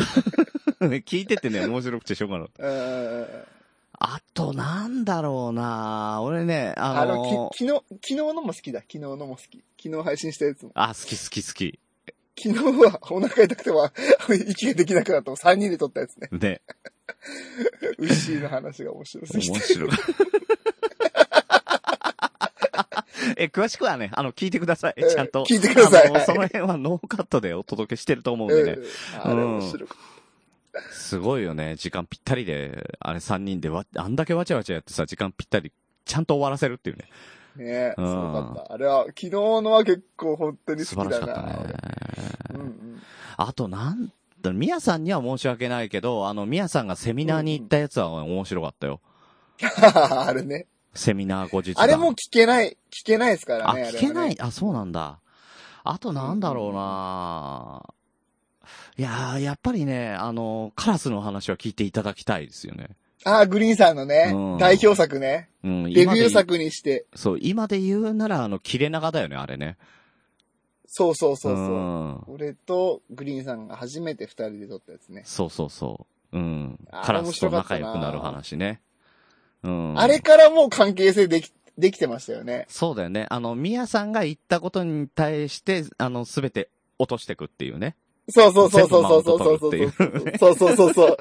聞いててね、面白くてしょうがなかった。
うんうんうん
あと、なんだろうな俺ね、あ
あ
のー
の、き昨日、昨日のも好きだ。昨日のも好き。昨日配信したやつも。
あ、好き好き好き。
昨日はお腹痛くては 息ができなくなった。3人で撮ったやつね。
ね。
ウッシーの話が面白す
面
ぎて。
白い。 え、詳しくはね、あの、聞いてください。ちゃんと。
聞いてください
あのその辺はノーカットでお届けしてると思うんでね。
うんあれ面白い。
すごいよね。時間ぴったりで、あれ3人でわ、あんだけわちゃわちゃやってさ、時間ぴったり、ちゃんと終わらせるっていうね。
ねえ、す
うん
ごかった。あれは、昨日のは結構本当に
素
好
晴
き
らし
だ
かったね
な。。うんうん。
あと、なんだ、みやさんには申し訳ないけど、あの、みやさんがセミナーに行ったやつは面白かったよ。
あれね。
セミナー後日談
あれも聞けない、聞けないですから
あ、
ね。
聞けない、
あれはね
あ、そうなんだ。あとなんだろうな、いやー、やっぱりね、あの、カラスの話は聞いていただきたいですよね。
あ、グリーンさんのね
うん、
代表作ね。
うん、
デビュー
今で
作にして。
そう、今で言うなら、あの、切れ長だよね、あれね。
そうそうそうそう。
ん
俺とグリーンさんが初めて二人で撮ったやつね。
そうそうそう。うん。
あ
カラスと仲良くなる話ね。うん。
あれからもう関係性でき、できてましたよね。
そうだよね。あの、ミヤさんが言ったことに対して、あの、すべて落としてくっていうね。
そうそうそうそうそうそうそうそう
全部マウント取るっていうね
そうそうそうそう。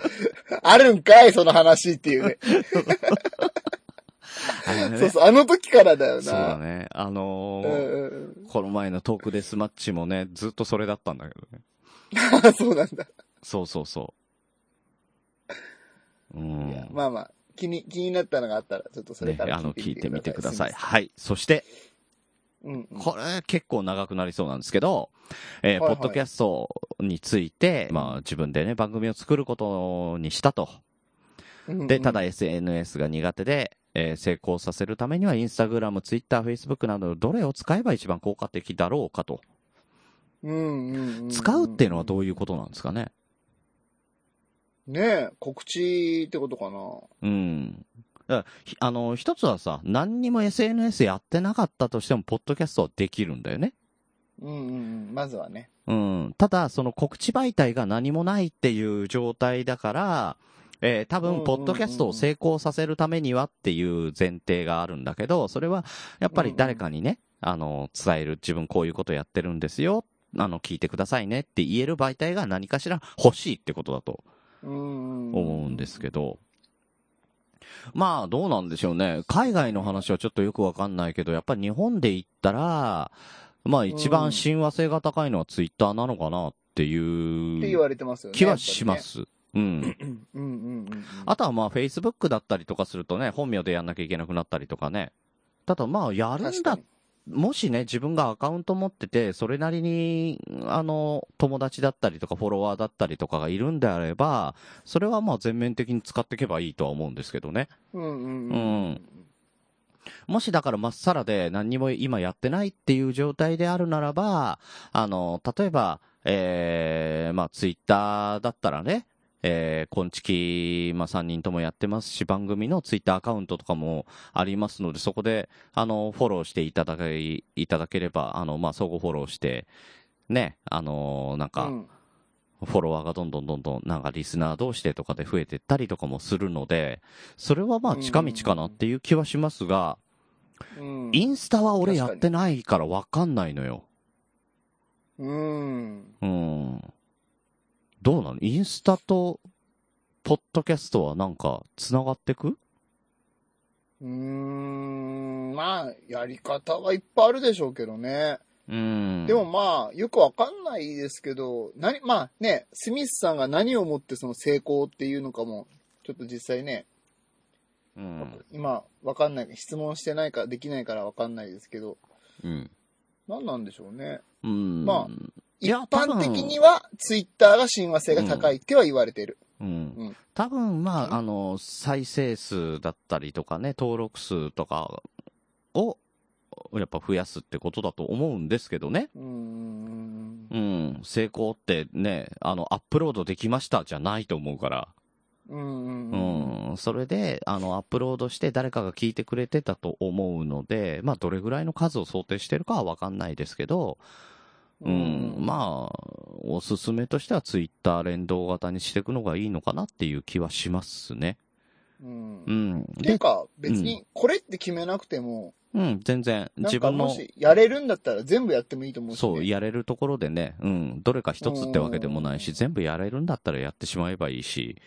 あるんかいその話っていうね。
あれね
そうそう、あの時からだよな。
そうだね。あのー
うんうんうん。
この前のトークデスマッチもね、ずっとそれだったんだけどね。
あそうなんだ。
そうそうそう。うん。
いやまあまあ、気に、気になったのがあったら、ちょっとそれ
ね、
から
あの、聞いてみてください。
す
はい。そして、
ませんうんうん。
これ結構長くなりそうなんですけど、えー
はいはい
ポッドキャストについて、まあ自分でね、番組を作ることにしたと。
うんうん
で、ただ SNS が苦手で、えー成功させるためには、インスタグラム、ツイッター、フェイスブックなど、どれを使えば一番効果的だろうかと。
うんうんん。
使うっていうのはどういうことなんですかね。
ねえ、告知ってことかな。
うん。だからひあの、一つはさ、何にも SNS やってなかったとしても、ポッドキャストはできるんだよね。
うんうんうん。まずはね。
うん。ただ、その告知媒体が何もないっていう状態だから、えー多
うんうん
分、
う
ポッ
ん
ドキャストを成功させるためにはっていう前提があるんだけど、それは、やっぱり誰かにね、あの、伝える、自分こういうことやってるんですよ、あの、聞いてくださいねって言える媒体が何かしら欲しいってことだと
うん。
思うんですけど、まあ、どうなんでしょうね。海外の話はちょっとよくわかんないけど、やっぱり日本で言ったら、まあ一番親和性が高いのはツイッターなのかなって
って
い
言
う
われてますよね。
気はしま。す。うん。
うんうんうんうん。
あとはまあ Facebook だったりとかするとね、本名でやんなきゃいけなくなったりとかね。ただまあやるん
確
だ
かに、
もしね、自分がアカウント持ってて、それなりに、あの、友達だったりとか、フォロワーだったりとかがいるんであれば、それはまあ全面的に使っていけばいいとは思うんですけどね。
うんうん
うんもしだからまっさらで何にも今やってないっていう状態であるならば、あの、例えば、えー、まあツイッターだったらね、えー、こんちき、まあ3人ともやってますし、番組のツイッターアカウントとかもありますので、そこで、あの、フォローしていただけ、いただければ、あの、まあ相互フォローして、ね、あの、なんか、
うん
フォロワーがどんどんどんどん、なんかリスナー同士でとかで増えてったりとかもするので、それはまあ近道かなっていう気はしますが、
うん。
インスタは俺やってないからわかんないのよ。
うん。
うん。どうなのインスタと、ポッドキャストはなんか、繋がってく
うーん。まあ、やり方はいっぱいあるでしょうけどね。
うん
でも、まあ、よくわかんないですけど、何、まあね、スミスさんが何をもってその成功っていうのかも、ちょっと実際ね、
うん。
今、わかんない、質問してないか、できないからわかんないですけど、
うん。
何なんでしょうね。
うん。
まあ
い
一
や
般的には、ツイッターが親和性が高いっては言われてる。
うん
ん。
多分、まあ、あの、再生数だったりとかね、登録数とかを、やっぱ増やすってことだと思うんですけどね。
うーん。
うん。成功ってね、あの、アップロードできましたじゃないと思うから。
うんうんうん。
うん、それで、あの、アップロードして誰かが聞いてくれてたと思うので、まあ、どれぐらいの数を想定してるかはわかんないですけど、うん、まあ、おすすめとしてはツイッター連動型にしていくのがいいのかなっていう気はしますね。
うん
う。ん。
ってい
で
う、か、別に、これって決めなくても、
うん、全然、
な
自
んか
分
も
の、
し、やれるんだったら全部やってもいいと思うし、ね。
そう、やれるところでね、うん、どれか一つってわけでもないし、
うん
全部やれるんだったらやってしまえばいいし、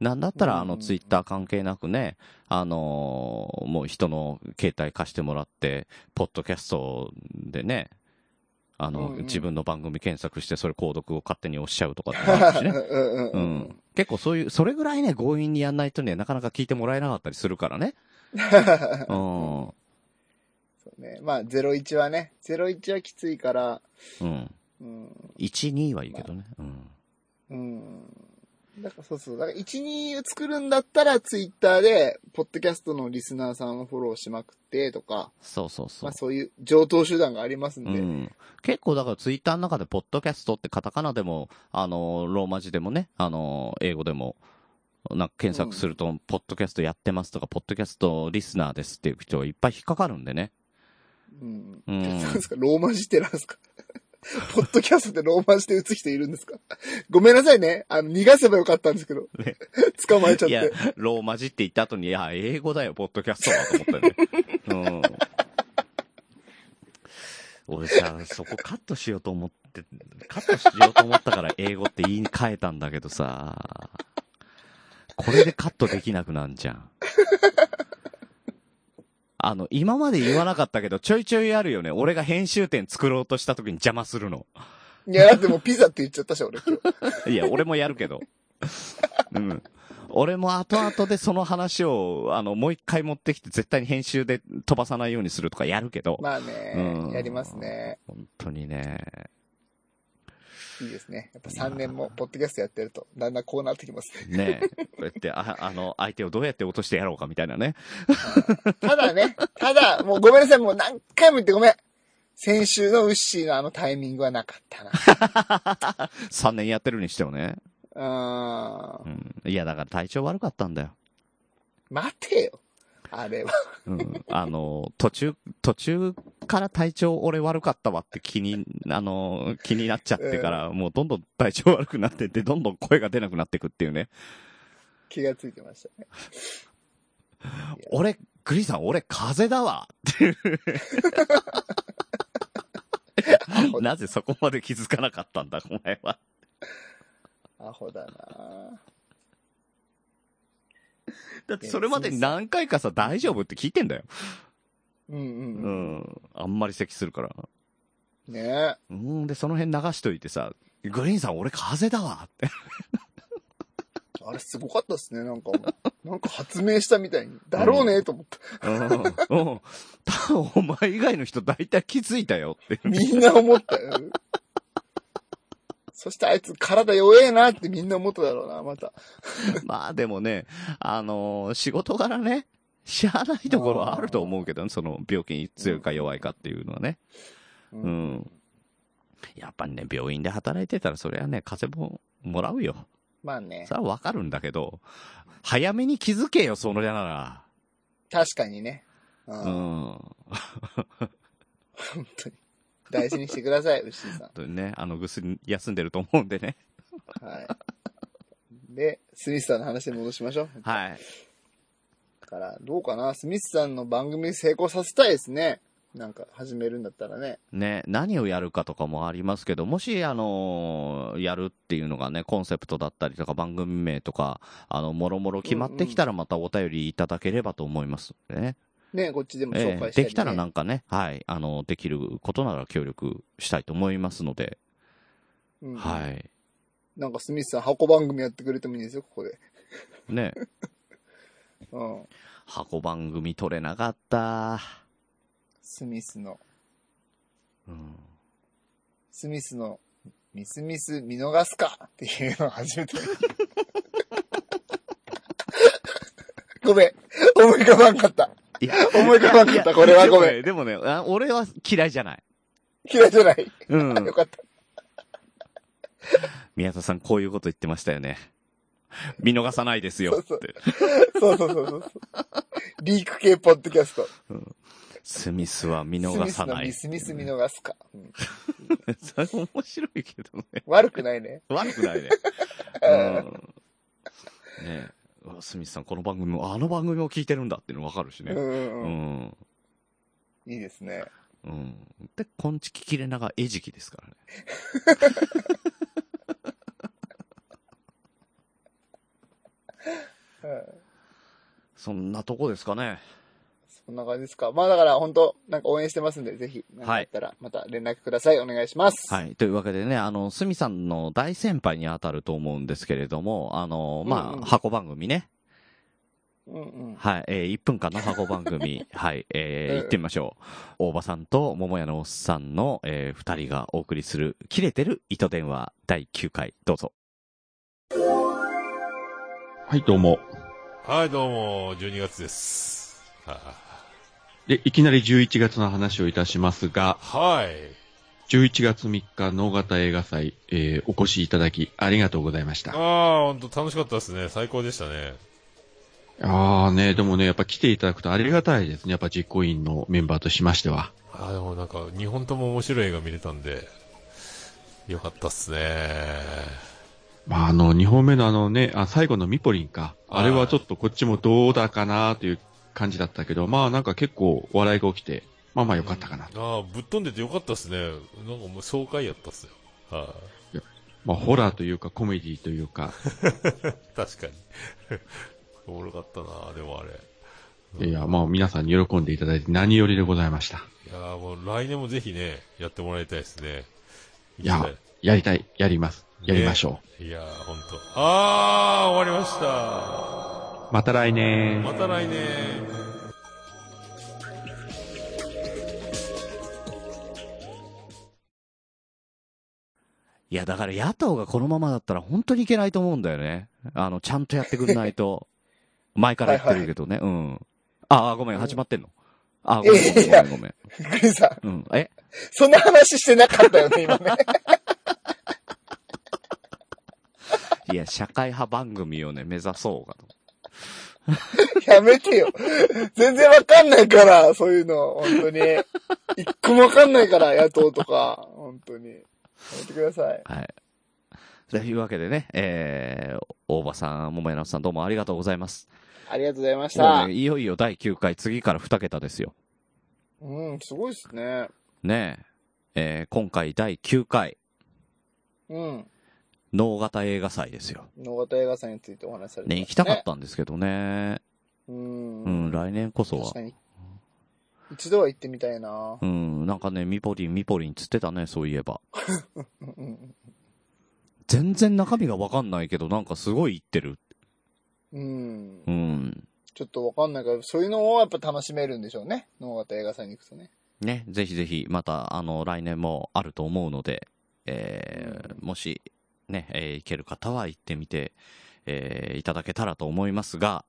なんだったら、あ
う
の、
ん
ツイッター関係なくね、あのーもう人の携帯貸してもらって、ポッドキャストでね、あの、
うんうん
自分の番組検索して、それ購読を勝手に押しちゃうとか ってあるしね。
うんう
うん
うん
ん。結構そういう、それぐらいね、強引にやんないとね、なかなか聞いてもらえなかったりするから ね。うん。
そうね。まあ、01はね、01はきついから、
うん。
うん。
1、2はいいけどね。うん。
うん。だからそうそう。だから1、2を作るんだったら、ツイッターで、ポッドキャストのリスナーさんをフォローしまくって、とか、
そうそうそ
ま
う
あ。そういう上等手段がありますんで。
うん、結構だからツイッターの中で、ポッドキャストってカタカナでも、あの、ローマ字でもね、あの、英語でも、なんか検索すると、ポッドキャストやってますとか、ポッドキャストリスナーですっていう人がいっぱい引っかかるんでね。
うん。
うん
そうですかローマ字ってなんですか ポッドキャストでローマ字で打つ人いるんですか ごめんなさいね。あの、逃がせばよかったんですけど。
ね
捕まえちゃっ
いや
て。、
ローマ字って言った後に、いや、英語だよ、ポッドキャストはと思ったよね。うん。俺さ、そこカットしようと思って、カットしようと思ったから英語って言い換えたんだけどさ、これでカットできなくなんじゃん。あの、今まで言わなかったけど、ちょいちょいあるよね。俺が編集点作ろうとした時に邪魔するの。
いや、だってもうピザって言っちゃったし、俺今日。
いや、俺もやるけど。うん。俺も後々でその話を、あの、もう一回持ってきて絶対に編集で飛ばさないようにするとかやるけど。
まあ
うん
ね、やりますね。
本当にね。
いいですね。やっぱ3年もポッドキャストやってると、だんだんこうなってきますね。
ねえ。こうやって、あ、 あの、相手をどうやって落としてやろうかみたいなね。
ただね、ただ、もうごめんなさい、もう何回も言ってごめん。先週のウッシーのあのタイミングはなかった
3年やってるにしてもね。
な。う
う
ー。
んん。いや、だから体調悪かったんだよ。
待てよ。あれは。
うん。あの、途中、途中から体調俺悪かったわって気に、あの、気になっちゃってから、もうどんどん体調悪くなってって、どんどん声が出なくなってくっていうね。
気がついてましたね。
俺、グリーンさん、俺、風邪だわっていう。 なぜそこまで気づかなかったんだ、お前は。
アホだな
だって、それまでに何回かさ、大丈夫って聞いてんだよ。
うんうん
う
うん。
ん。あんまり咳するから。
ね
うん、で、その辺流しといてさ、グリーンさん、俺、風邪だわって。
あれすごかったですね、なんか。 なんか発明したみたいに。だろうね、と思った。
うん。うん。多分、お前以外の人、大体気づいたよっていう。
みんな思ったよ。 そしてあいつ体弱えなってみんな思っただろうな、また。
まあ、でもね、あのー仕事柄ね、しゃあないところはあると思うけどね、その病気に強いか弱いかっていうのはね。
う
う。ん。やっぱりね、病院で働いてたら、それはね、風邪ももらうよ。
まあね
そ。れはわかるんだけど、早めに気づけよ、そのやな
確かにね。うん。
ら。う
本
ん。
当に。大事にしてください、牛井さ
とね、あの、ぐっすり休んでると思うんで ね。
ん。はい。で、スミスさんの話に戻しましょう。
はい。
だから、どうかな、スミスさんの番組成功させたいですね。なんか、始めるんだったらね。
ね、何をやるかとかもありますけど、もし、あのーやるっていうのがね、コンセプトだったりとか、番組名とか、あの、もろもろ決まってきたら、またお便りいただければと思いますのでね。
ね、こっちでも
え
紹
え
介した
で
い、ね
きたらなんかね、はい、あの、できることなら協力したいと思いますので、
うん
はい。
なんかスミスさん箱番組やってくれてもいいんですよ、ここで。
ね、
うん。
箱番組取れなかった。
スミスの、
うん。
スミスの、ミスミス見逃すかっていうのを初めて。ごめん。思い浮かばんかった。
いや、
思い浮かばんかった。これはごめん。
でもね、でもねあ俺は嫌いじゃない。
嫌いじゃない。
うん。
よかった。
宮田さん、こういうこと言ってましたよね。見逃さないですよって。
そうそうそうそうそう。リーク系ポッドキャスト。
スミスは見
ス
逃
ミス
さ
の
ない。
ミスミス見逃すか。うんい
それ面白いけどね。
悪くないね。
悪く ないね。うん。ねえうわスミスさん、この番組も、あの番組を聞いてるんだっていうの分かるし
う。
ね。うんん。
いいですね。
うん。で、こんちききれなが餌食ですからね。
うん
そんなとこですかね。
そんな感じですか。まあだから本当なんか応援してますんで、ぜひ、なんかあったら、また連絡ください。お願いします。
はい。というわけでね、あの、すみさんの大先輩に当たると思うんですけれども、あの、まあ、
うんうん
箱番組ね。
うんうん。
はい。えー1分間の箱番 組。はい。えー
うん
行ってみましょう。大場さんと桃屋のおっさんの、えー二人がお送りする、切れてる糸電話第9回。どうぞ。
はい、どうも。
はい、どうも、12月です。は
で、いきなり11月の話をいたしますが、
あはい。
11月3日、能形映画祭、えーお越しいただき、ありがとうございまし
ああ
た。あ
ー、ほんと楽しかったですね。最高でしたね。
あーね、でもね、やっぱ来ていただくとありがたいですね。やっぱ実行委員のメンバーとしましては。
ああ、でもなんか、2本とも面白い映画見れたんで、よかったっすね。
まあ、あの、2本目のあのね、あ、最後のミポリンか。
はい
あれはちょっとこっちもどうだかなという感じだったけど、まあなんか結構笑いが起きて、まあまあ良かったかな。
ああ、ぶっ飛んでてよかったっすね。なんかもう爽快やったっすよ。は
まあホラーというかコメディというか、
い。確かに。 おもろかったな、でもあれ。
いや、まあ皆さんに喜んでいただいて何よりでございました。
いやーもう来年もぜひね、やってもらいたいですね。
いややりたい、やります。やりましょう。
いやー、ほんと。ああ、終わりました。
また来年。
また来年。
いや、だから野党がこのままだったら本当にいけないと思うんだよね。あの、ちゃんとやってくんない と。前から言ってるけどね。うん。ああ、ごめん、始まってんの。ああ、ごめん、ごめん、ごめん、ごめん。
グリさん、
うん。え
そんな話してなかったよね、今ね。
いや、社会派番組をね、目指そうかと。
やめてよ。全然わかんないから、そういうの、本当に。一個もわかんないから、野党とか。本当に。やめてください。
はい。というわけでね、えー、大場さん、桃屋のおっさんどうもありがとうございます。
ありがとうございまし
も
た
う。ね、いよいよ第9回、次から2桁ですよ。
うん、すごいですね。
ねえ。えー、今回第9回、
うん。
能型映画祭ですよ。
野方映画祭についてお話しされてました
ね、行きたかったんですけどね。
うん。
うん、来年こそは
確か。に。一度は行ってみたいな
う。ん、なんかね、ミポリン、ミポリンつってたね、そういえば。
うんうん
全然中身がわかんないけど、なんかすごい言ってる。
うん。
う
うん。
ん。
ちょっとわかんないから、そういうのをやっぱ楽しめるんでしょうね。能形映画祭に行くとね。
ね、ぜひぜひ、また、あの、来年もあると思うので、えーもし、ね、えー行ける方は行ってみて、えーいただけたらと思いますが、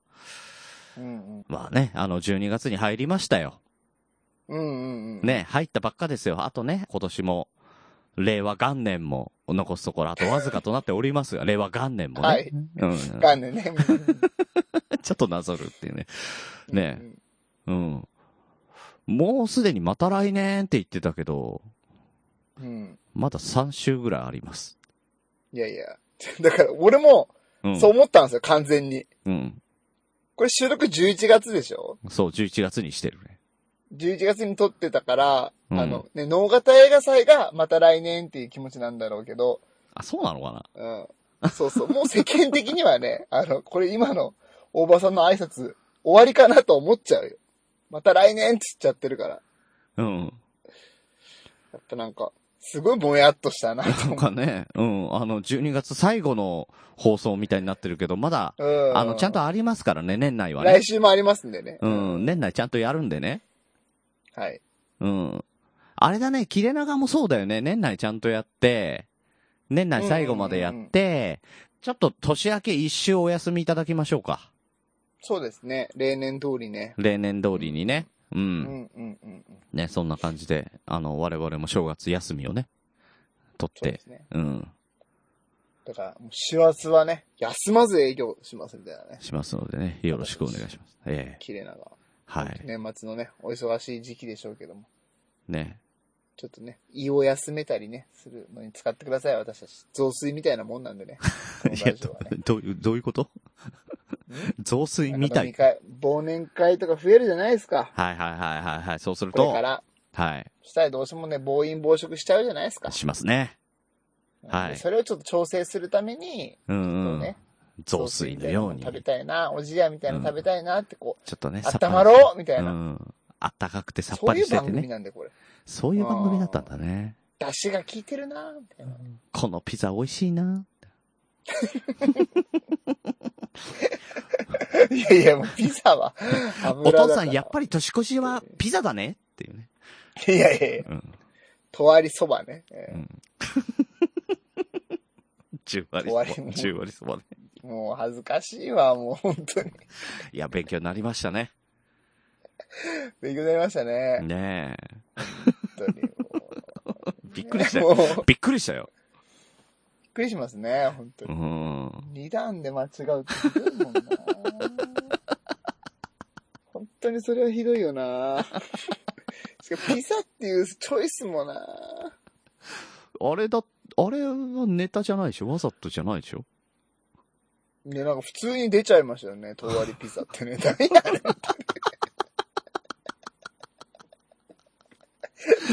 うんうん。
まあね、あの、12月に入りましたよ。
うんうんうん。。
ね、入ったばっかですよ。あとね、今年も、令和元年も残すところ、あとわずかとなっておりますが、令和元年もね。
はい
うん。
かんねね。
ちょっとなぞるっていうね。
うん
ねうん。もうすでにまた来年って言ってたけど、
うんうん。
まだ3週ぐらいあります。
いやい や。だから、俺も、
うん。
そう思ったんですよ、完全に。
うん。
これ収録11月でしょ
そう、11月にしてるね。
?11 月に撮ってたから、
うん
あの、ね、能形映画祭がまた来年っていう気持ちなんだろうけど、
あ、そうなのかな
うん。そ うそう。もう世間的にはね、あの、これ今の大場さんの挨拶、終わりかなと思っちゃうよ。また来年って言っちゃってるから。
うん。
やっぱなんか、すごいぼやっとした なと
なん
思
かね、うん、あの、12月最後の放送みたいになってるけど、まだ、
う。うん。
あの、ちゃんとありますからね、年内はね
来。週もありますんでね。
うん、年内ちゃんとやるんでね。
はい。
うん。あれだね、切れ長もそうだよね。年内ちゃんとやって、年内最後までやって、ちょっと年明け一周お休みいただきましょうか。
そうですね。例年通りね。
例年通りにね。う
うん
ん。
うんうんうん。
ね、そんな感じで、あの、我々も正月休みをね、取っ
そうで
て
す。ね。
うん。
だから、もう師走はね、休まず営業しますみたいなね。
しますのでね、よろしくお願いします。ええ
綺麗なが。
はい。
年末のね、お忙しい時期でしょうけども。
ね。
ちょっとね、胃を休めたりね、するのに使ってください、私たち。雑炊みたいなもんな んでね。この
いや
ラジオはね
どどう いう、どういうこと増水みた
なん
い。
か飲み会忘年会とか増えるじゃないですか。
はいはいはいはいはい。そうする
これ
と
か、ら。
はい。
したらどうしてもね、暴飲暴食しちゃうじゃないですか。
しますね。はい
それをちょっと調整するために、
うん
そううんね。
増水のように。
食べたいな、おじやみたいなの食べたいなってこ
ちょっとね、
う、
さ
あっ
っぱ
た
り
まろうみたいうな。
ん。あったかくてさっ
そ
ぱ
う
り
いう
して
番
て
組
ね。
なんで、これ。
そういう番組だったんだね。
出汁が効いてるなみたいな。
このピザ美味しいな。
いやいや、もうピ ザは
お
油だか
父
ら。
さん、やっぱり年越しはピザだねっていうね。
り。いやいやいや、
うん。
とわりそばね。え
10割そ
終
ば。
わりも
10割そばね。
ーもう恥ずかしいわ、もう本当に。
いや、勉強になりましたね。
勉強になりましたね。
ねえ。
本当に。
びっくりした
も
よ。
うもう、びっ
びっくりしたよ。
くりしますね、本当
う
に。
ん。
二段で間違うってひどいもんな。本当にそれはひどいよな。しかもピザっていうチョイスもな。
あれだ、あれはネタじゃないでしょわざとじゃないでしょ
いや、なんか普通に出ちゃいましたよね。とわりピザ ってね。ダメだね。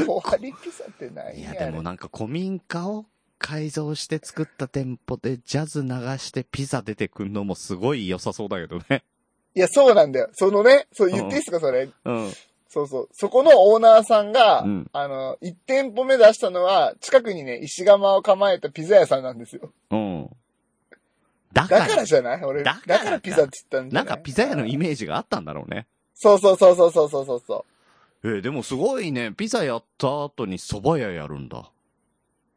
とわりピザってない
い
や
や、
ね
でもなんか古民家を改造して作った店舗でジャズ流してピザ出てくんのもすごい良さそうだけどね。
いや、そうなんだよ。そのね、そう言っていいですか、それ。
うん。
そうそう。そこのオーナーさんが、
うん
あの、1店舗目出したのは、近くにね、石窯を構えたピザ屋さんなんですよ。
うん。だか
だ
ら、
からじゃない俺、
だか
だからら
か
ピザって言ったんじ
な
ゃない
んかピザ屋のイ
味。
メージがあったんだろうね。
そうそうそうそうそうそうそうそう。
えーでもすごいね。ピザやった後に蕎麦屋やるんだ。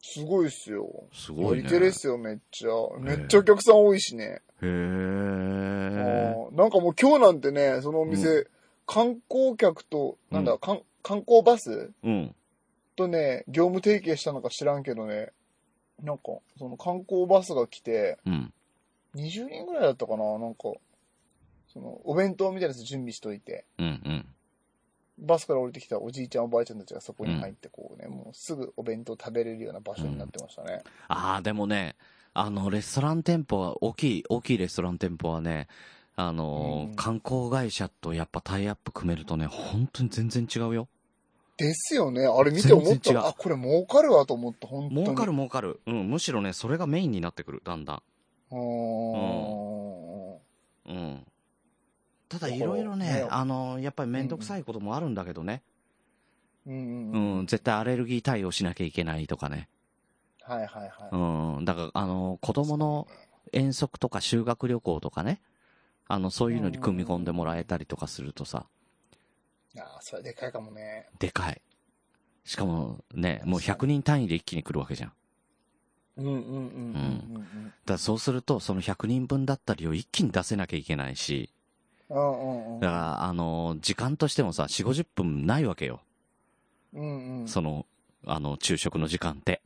すごいっすよ。
す
や
ごい
り
ね。
てるっすよ、めっちゃ。めっちゃお客さん多いしね。
へー。
うんなんかもう今日なんてね、そのお店、
う
観光客と、なんだ、
う
かん観光バス
うん。
とね、業務提携したのか知らんけどね、なんか、その観光バスが来て、
うん。
20人ぐらいだったかな、なんか、その、お弁当みたいなやつ準備しといて、
うん。
バスから降りてきたおじいちゃんおばあちゃんたちがそこに入って、こうね、もうすぐお弁当食べれるような場所になってましたね。
ああ、でもね、あの、レストラン店舗は、大きい、大きいレストラン店舗はね、あのー
うん
観光会社とやっぱタイアップ組めるとね、本当に全然違うよ。
ですよね、あれ見て思っ
全然違う
た。あ、これ儲かるわと思った、本当に。
儲かる儲かる。うん、むしろね、それがメインになってくる、だんだ
うーん。
ん。うん。ただ、
だか
い
ら
ろいろね
ね、
あのーやっぱりめんどくさいこともあるんだけどね。
うんう
う
んうん
ん、絶対アレルギー対応しなきゃいけないとかね。
はいはいはい。
うん、だから、あのー子供の遠足とか修学旅行とかね、あの、そういうのに組み込んでもらえたりとかするとさ、
ああ、それでかいかもね。
でかい。しかもね、もう100人単位で一気に来るわけじゃん。だか
うんうんうんうん
らそうすると、その100人分だったりを一気に出せなきゃいけないし、
うん。うんうんうん。
だから、あのー、時間としてもさ、4、50分ないわけよ。
うんうん。
その、あの、昼食の時間って。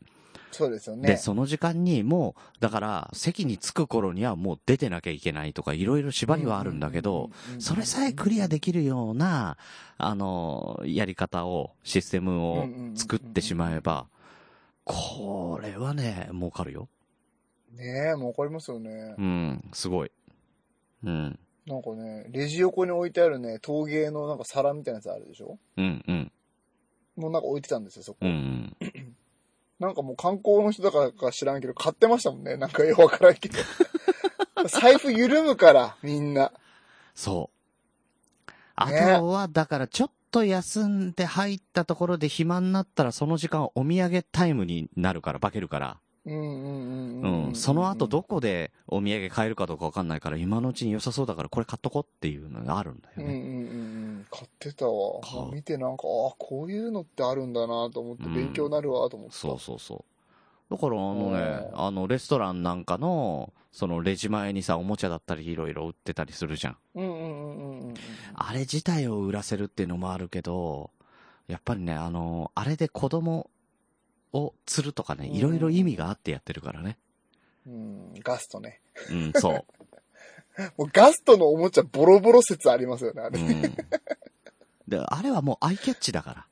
そうですよ
で、
ね。
その時間にもう、だから、席に着く頃にはもう出てなきゃいけないとか、いろいろ縛りはあるんだけど、
うんうんうんうん、
それさえクリアできるような、あのー、やり方を、システムを作ってしまえば、これはね、儲かるよ。
ねえ、もうわかりますよね
う。ん、すごい。うん、
なんかね、レジ横に置いてあるね、陶芸のなんか皿みたいなやつあるでしょ
うん、うん、
もうなんか置いてたんですよ、そこ。
うん。
なんかもう観光の人だからか知らんけど、買ってましたもんね。なんかよくわからんけど。 財布緩むから、みんな。
そう。あ
ね
とは、だからちょっと休んで入ったところで暇になったら、その時間はお土産タイムになるから、化けるから。
うんうんう
う
んうんうん
ん、。その後どこでお土産買えるかどうかわかんないから、今のうちに良さそうだからこれ買っとこうっていうのがあるんだ
う
よ
んうん
ね。
うんうん。買ってたわ
買う。
見てなんか、ああ、こういうのってあるんだなと思って、
うん
勉強になるわと思って。
そうそうそう。だからあのね、
うん
あの、レストランなんかの、そのレジ前にさ、おもちゃだったりいろいろ売ってたりするじゃん。
うんうんうんうんうんうん。
あれ自体を売らせるっていうのもあるけど、やっぱりね、あの、あれで子供を釣るとかね、
うん
いろいろ意味があってやってるからね。
うん、ガストね。
うん、そう。
もうガストのおもちゃボロボロ説ありますよね、あ
う
れ。
ん。で、あれはもうアイキャッチだか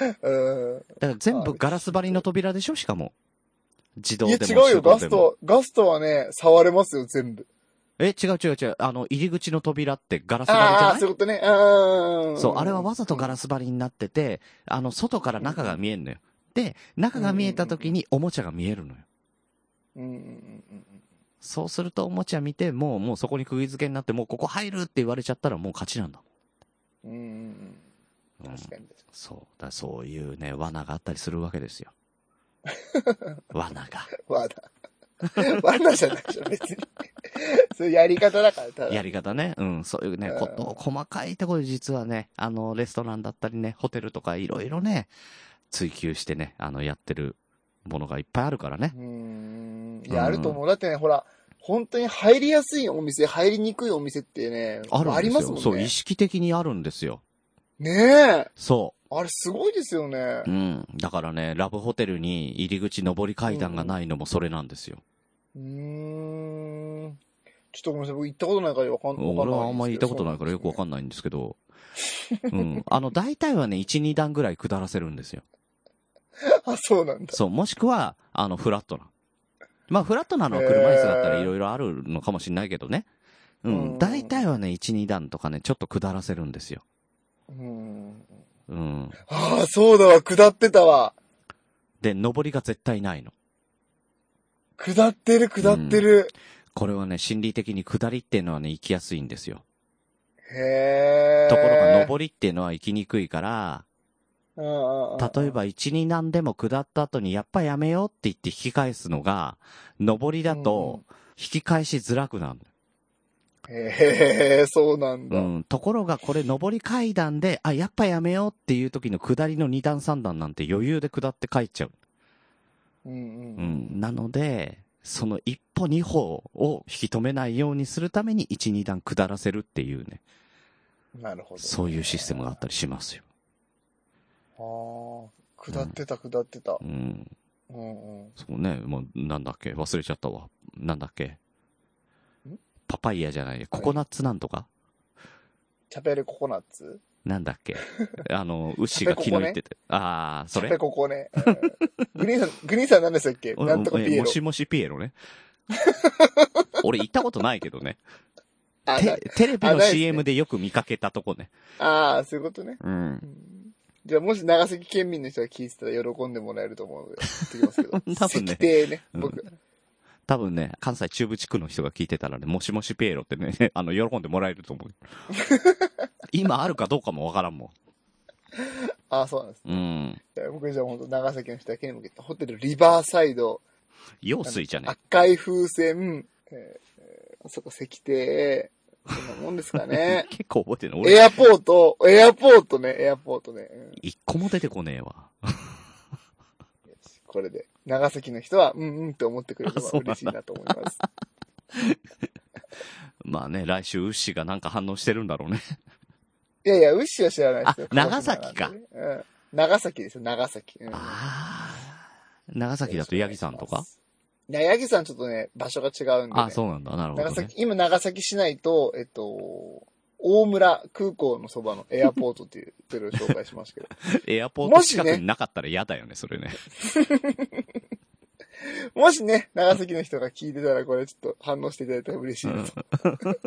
ら。
うん。
だから全部ガラス張りの扉でしょしかも。自動
い
でも手
や、違
動
う
で
よ、
も
ガスト。ガストはね、触れますよ、全部。
え、違う違う違う。あの、入り口の扉ってガラス張りじゃ
あ
な
あ、
い
そういうことね。うん。
そう、あれはわざとガラス張りになってて、あの、外から中が見えんのよ。で、中が見えた時におもちゃが見えるのよ。
うんうんうん
そうするとおもちゃ見て、もう、もうそこに釘付けになって、もうここ入るって言われちゃったらもう勝ちなんだ
うん。うんうんう
もん。
ん。確か
うん
に。
そう。だからそういうね、罠があったりするわけですよ。罠が。
わだ。わだじゃないでしょ、別に。 そういうやり方だから、ただ。
やり方ね。うん。そういうね、
うん
こと、細かいところで実はね、あの、レストランだったりね、ホテルとかいろいろね、追求してね、あの、やってるものがいっぱいあるからね
う。ーん。いや、あると思う。だってね、ほら、本当に入りやすいお店、入りにくいお店ってね、
あるんですよ。
りますもんね。
そう、意識的にあるんですよ。
ねえ。
そ
あれすごいですよね
う。う。ん。だからね、ラブホテルに入り口上り階段がないのもそれなんですよ。
うーん。ちょっとごめんなさい、僕行ったことないからわかんわかんない。
俺はあんまり行ったことないからよくわか
ん
んないんですけど。うん。あの、大体はね、1、2段ぐらい下らせるんですよ。
ない。あ、そうなんだ。
そう、もしくは、あの、フラットな。まあ、フラットなのは車椅子だったらいろいろあるのかもしれないけどね。う
うん
ん。大体はね、1、2段とかね、ちょっと下らせるんですよ。
うーん。
うん。
ああ、そうだわ、下ってたわ。
で、上りが絶対ないの。
下ってる、下ってる。
これはね、心理的に下りっていうのはね、行きやすいんですよ。
へえ。
ところが、上りっていうのは行きにくいから、
うんうんうん、
例えば1、2難でも下った後にやっぱやめようって言って引き返すのが、上りだと引き返しづらくなる
へえ、そうなんだ。
の。うん。ところがこれ上り階段で、あ、やっぱやめようっていう時の下りの2段3段なんて余裕で下って帰っちゃう。
うん
う
うん
ん。なので、その一歩二歩を引き止めないようにするために1、2段下らせるっていうね、
なるほど。
そういうシステムがあったりしますよ。
ああ、下ってた、下ってた
う。ん。
うんうん。
そうね、もう、なんだっけ、忘れちゃったわ。なんだっけ
ん。
パパイヤじゃない、ココナッツなんとか
チャペルココナッツ
なんだっ けあの、牛が昨日言ってて。ああ、そ
チャペ
れ
ココね。うんグリー ンさん、グリーンさん何でしたっけ
お
なんとかピエ
え
ロ
も。しもしピエロ ね。俺行ったことないけどね。
あな
テテレビ
あ
の
ないっすね
CM でよく見かけたとこね。
あー、そういうことね。
うん。
じゃあ、もし長崎県民の人が聞いてたら喜んでもらえると思うので、言ってきますけど。
多分ね
石庭ね、
うん
僕。
多分ね、関西中部地区の人が聞いてたらね、もしもしピエロってね、 あの、喜んでもらえると思う。 今あるかどうかもわからんも
ああ、そうなんです。
ん。うん。
じゃあ僕じゃあ本当長崎の人だけに向けて、ホテルリバーサイド、
用水じゃね。
赤い風船、えー、あそこ石庭、そんなもんですかね
結構覚えてるの
エ
俺、
アポート、エアポートね、エアポートね。うん
一個も出てこねえわ。
これで、長崎の人は、うんうんって思ってくれれば
あそうなんだ
嬉しいなと思います。
まあね、来週、ウッシーがなんか反応してるんだろうね。
いやいや、ウッシーは知らないですよ。
あ 長崎か
うん。長崎ですよ、長崎。うん
ああ。長崎だとヤギさんとか
いや、ヤギさんちょっとね、場所が違うんで、ね。
あそうなんだ。なるほど
長
ね
崎、。今長崎市内と、えっと、大村空港のそばのエアポートっていうホテルを紹介しました けど、
エアポー
も
ト
し
近
ね
くになかったら嫌だよね、それね。
もしね、長崎の人が聞いてたらこれちょっと反応していただいたら嬉しいなと。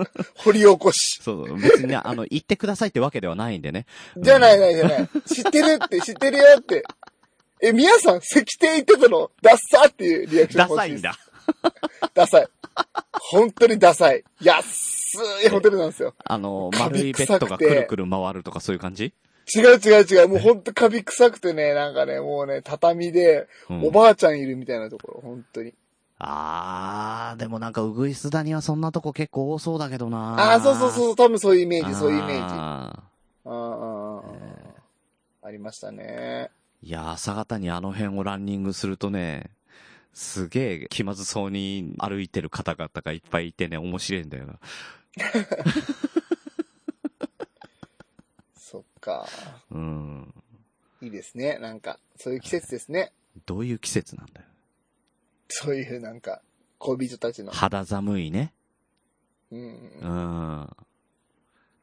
掘り起こし。
そうそう、別にね、あの、行ってくださいってわけではないんで ね。
じゃないないじゃない。知ってるって、知ってるよって。え、皆さん、石庭行ってたのダッサーっていうリアクション
ダ
欲
サ
し
い
いで
ん
す。
だ。
ダサい。本当にダサい。安いホテルなんですよ。
あ の、
カ
丸い
ビ
ベ
臭くて
ッドがくるくる回るとかそういう感じ
違う違う違う。もうほんとカビ臭くてね、なんかね、もうね、畳で、
うん
おばあちゃんいるみたいなところ、本当に。
あー、でもなんか、うぐいす谷はそんなとこ結構多そうだけどな
ああー、そうそう
う、
そう、多分そういうイメージ、そういうイメージ。あ
あ
ーあー、ありましたね。
ーいやー、朝方にあの辺をランニングするとね、すげえ気まずそうに歩いてる方々がいっぱいいてね、面白いんだよな。
そっか。
うん。
いいですね。なんか、そういう季節ですね。
どういう季節なんだよ。
そういうなんか、恋人たちの。
肌寒いね。
うんう。
うんん。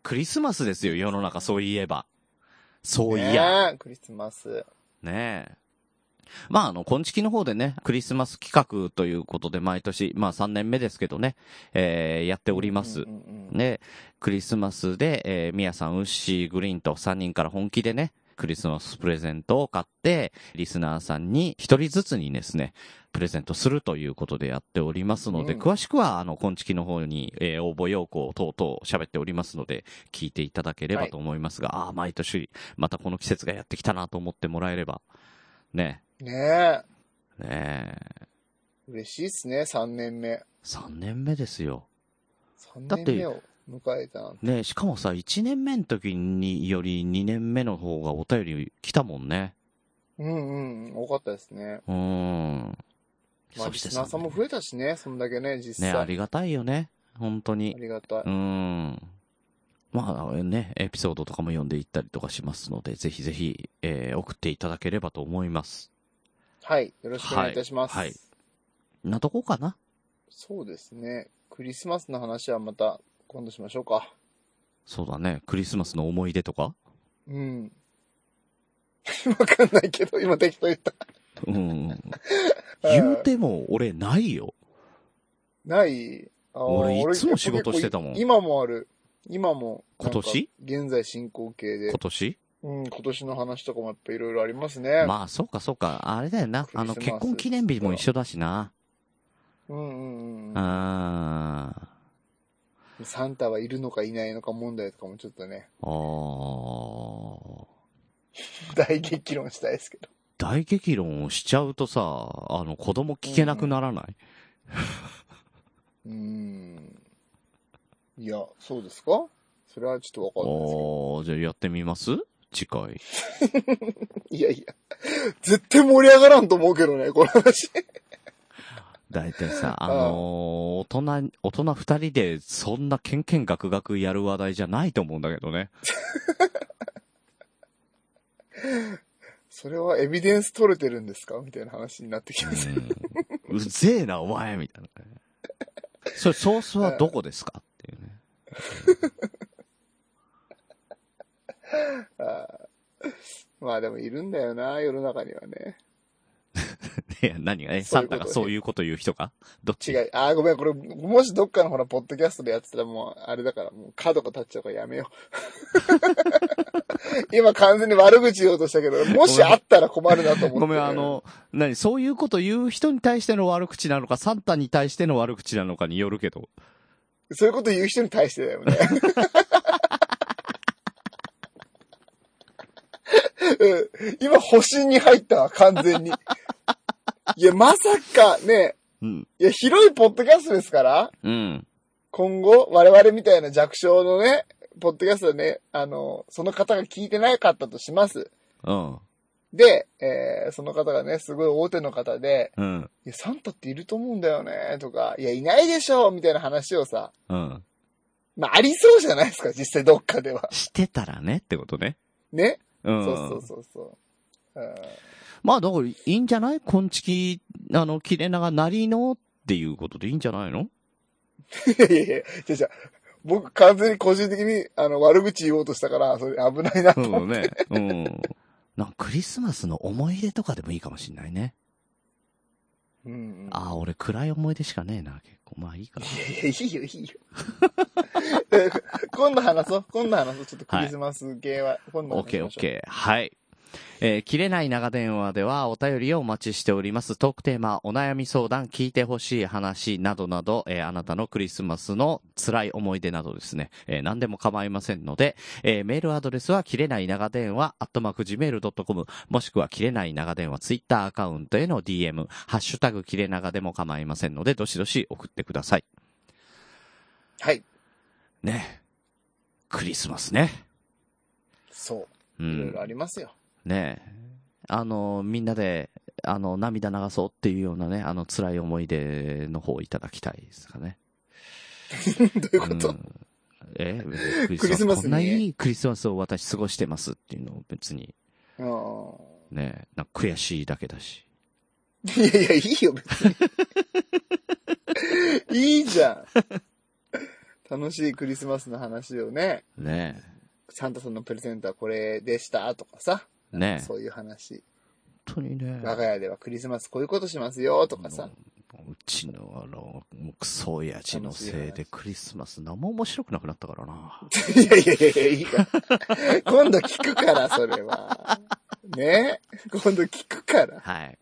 クリスマスですよ、世の中、そういえば。そういや。
ねえクリスマス。
ねえ。まあ、あの、今月の方でね、クリスマス企画ということで、毎年、まあ3年目ですけどね、えー、やっております
う。んうんうん
ね、クリスマスで、えー、ミヤさん、ウッシー、グリーンと3人から本気でね、クリスマスプレゼントを買って、リスナーさんに1人ずつにですね、プレゼントするということでやっておりますので、
うん
詳しくは、あの、今月の方に、えー応募要項等々喋っておりますので、聞いていただければと思いますが、ああ、毎年、またこの季節がやってきたなと思ってもらえれば、ね、
ねえ。
ねえ、
嬉しいっすね、3年目。
3年目ですよ。だ
3
って
年目を迎えたなんて。
ねしかもさ、1年目の時により2年目の方がお便り来たもんね。
うんうん。多かったですね。
うーん。
まあ、リスナーさんも増えたしね、そんだけね、実
ね
際。
ありがたいよね。本当
あ
に。。
りがたいう
ーん。まあね、エピソードとかも読んでいったりとかしますので、ぜひぜひ、えー送っていただければと思います。
はい。よろしくお願いいたします。
はいはいなとこかな
そうですね。クリスマスの話はまた今度しましょうか。
そうだね。クリスマスの思い出とか
うん。 わかんないけど、今適当言った。
うん。言うても、俺ないよ。
ないあー
俺いつも仕事してたもん
結構今もある。今も。
今年
なんか現在進行形で
今。年
うん、今年の話とかもやっぱいろいろありますね。
まあ、そうかそうか。あれだよな。あの、
クリス
結
マス
婚記念日も一緒だしな。
うんうんうん。
あー。
サンタはいるのかいないのか問題とかもちょっとね、
あー。
大激論したいですけど。
大激論をしちゃうとさ、あの、子供聞けなくならない、
うーん。いや、そうですかそれはちょっとわかんないですけど。
おーじゃあやってみます次回。
いやいや、絶対盛り上がらんと思うけどね、この話。
だいたいさ、あのー大人、大人二人でそんなケンケンガクガクやる話題じゃないと思うんだけど ね。
それはエビデンス取れてるんですかみたいな話になってきます。
うん。うぜえな、お前みたいな。それ、ソースはどこですかっていう ね。
あーまあでもいるんだよな、世の中にはね。
いや、何が、え、サンタがそういうこと言う人かどっち
違う。あー、ごめん、これ、もしどっかのほら、ポッドキャストでやってたらもう、あれだから、もう角が立っちゃうからやめよう。 今完全に悪口言おうとしたけど、もしあったら困るなと思って。
ごめん、あ、の、何、そういうこと言う人に対しての悪口なのか、サンタに対しての悪口なのかによるけど。
そういうこと言う人に対してだよね。 うん今、保身に入ったわ、完全に。いや、まさかね、
うん。
いや、広いポッドキャストですから、
うん。
今後、我々みたいな弱小のね、ポッドキャストでね、あの、その方が聞いてなかったとします。
うん。
で、えーその方がね、すごい大手の方で、
うん。
いや、サンタっていると思うんだよね、とか、いや、いないでしょ、みたいな話をさ、
うん。
まあ、ありそうじゃないですか、実際どっかでは。
してたらねってことね。
ね、
うん。
そうそうそうそう。うん
まあ、だから、いいんじゃない今月、あの、切れ長なりのっていうことでいいんじゃないの
いやいやいや、じゃあじゃあ僕完全に個人的にあの悪口言おうとしたから、それ危ないなと
そう
思
だ
って。
ね。うん。なんかクリスマスの思い出とかでもいいかもしんないね。
うんうん
ああ、俺暗い思い出しかねえな、結構。まあいいかな。
いやいいよ、いいよ。 今度話そう。今度話そう。ちょっとクリスマス系は。今度
オッ
話し
ケー
ま
オッ
しょう。
ケー。はい。えー切れない長電話ではお便りをお待ちしております。トークテーマ、お悩み相談、聞いてほしい話などなど、えーあなたのクリスマスの辛い思い出などですね、えー何でも構いませんので、えーメールアドレスは切れない長電話、アットマーク gmail.com、もしくは切れない長電話、ツイッターアカウントへの DM、ハッシュタグ切れ長でも構いませんので、どしどし送ってください。
はい。
ね。クリスマスね。
そうう。
ん。
いろいろありますよ。
ねえ。あの、みんなで、あの、涙流そうっていうようなね、あの、辛い思い出の方をいただきたいですかね。
どういうこと、
んえクリ
クリスマスに
こんないいクリスマスを私過ごしてますっていうのを別に、
う
ね、なんか悔しいだけだし。
ん。いやいや、いいよ、別に。 いいじゃん。楽しいクリスマスの話をね、
ねえ
サンタさんのプレゼントはこれでしたとかさ、
ねえ。
そういう話。
本当にね。
我が家ではクリスマスこういうことしますよとかさ、
うんうちのあの、もうクソ親父のせいでクリスマス何も面白くなくなったからな。
いやいやいやいや、いいから。今度聞くから、それは。ね今度聞くから。
はい。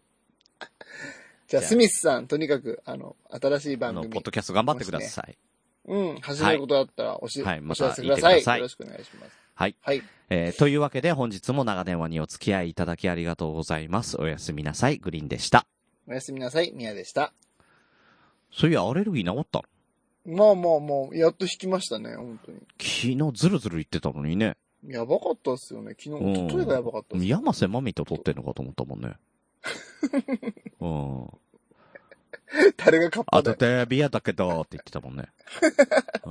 じゃあ、スミスさん、とにかく、あの、新しい
あ
番
の、ポッ
組。
ドキャスト頑張ってください。
うん、始めることだったら、おし、
はい
お
ま
知
た
らせくださ
言って
い。
ください
よろしくお願いします。
はい。
はい。
えーというわけで本日も長電話にお付き合いいただきありがとうございます。おやすみなさい。グリーンでした。
おやすみなさい、ミヤでした。
そういや、アレルギー治ったの
まあまあまあ、やっと引きましたね、本当に。
昨日ずるずる言ってたのにね。
やばかったっすよね。昨
うん
日、例えばやばかったっすよ
山瀬まみと撮ってんのかと思ったもん ね。うん。
誰がカッ
あ
パ
と
だ
てビアだけどって言ってたもんね。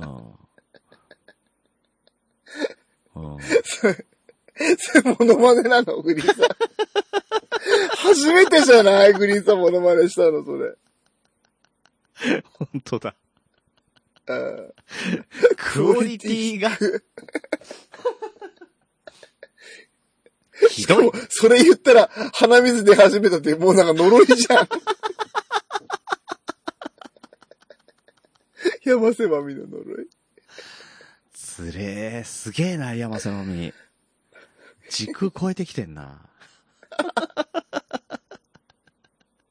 うん。うん。
よ。 モノマネなの、グリーンさん。初めてじゃないグリーンさんモノマネしたの、それ。
本当だ。
うん
クオリティが。ひどい。
それ言ったら、鼻水出始めたって、もうなんか呪いじ ゃん。やばせばみの呪い。
つれえ、すげえな、山瀬まみ。時空超えてきてんな。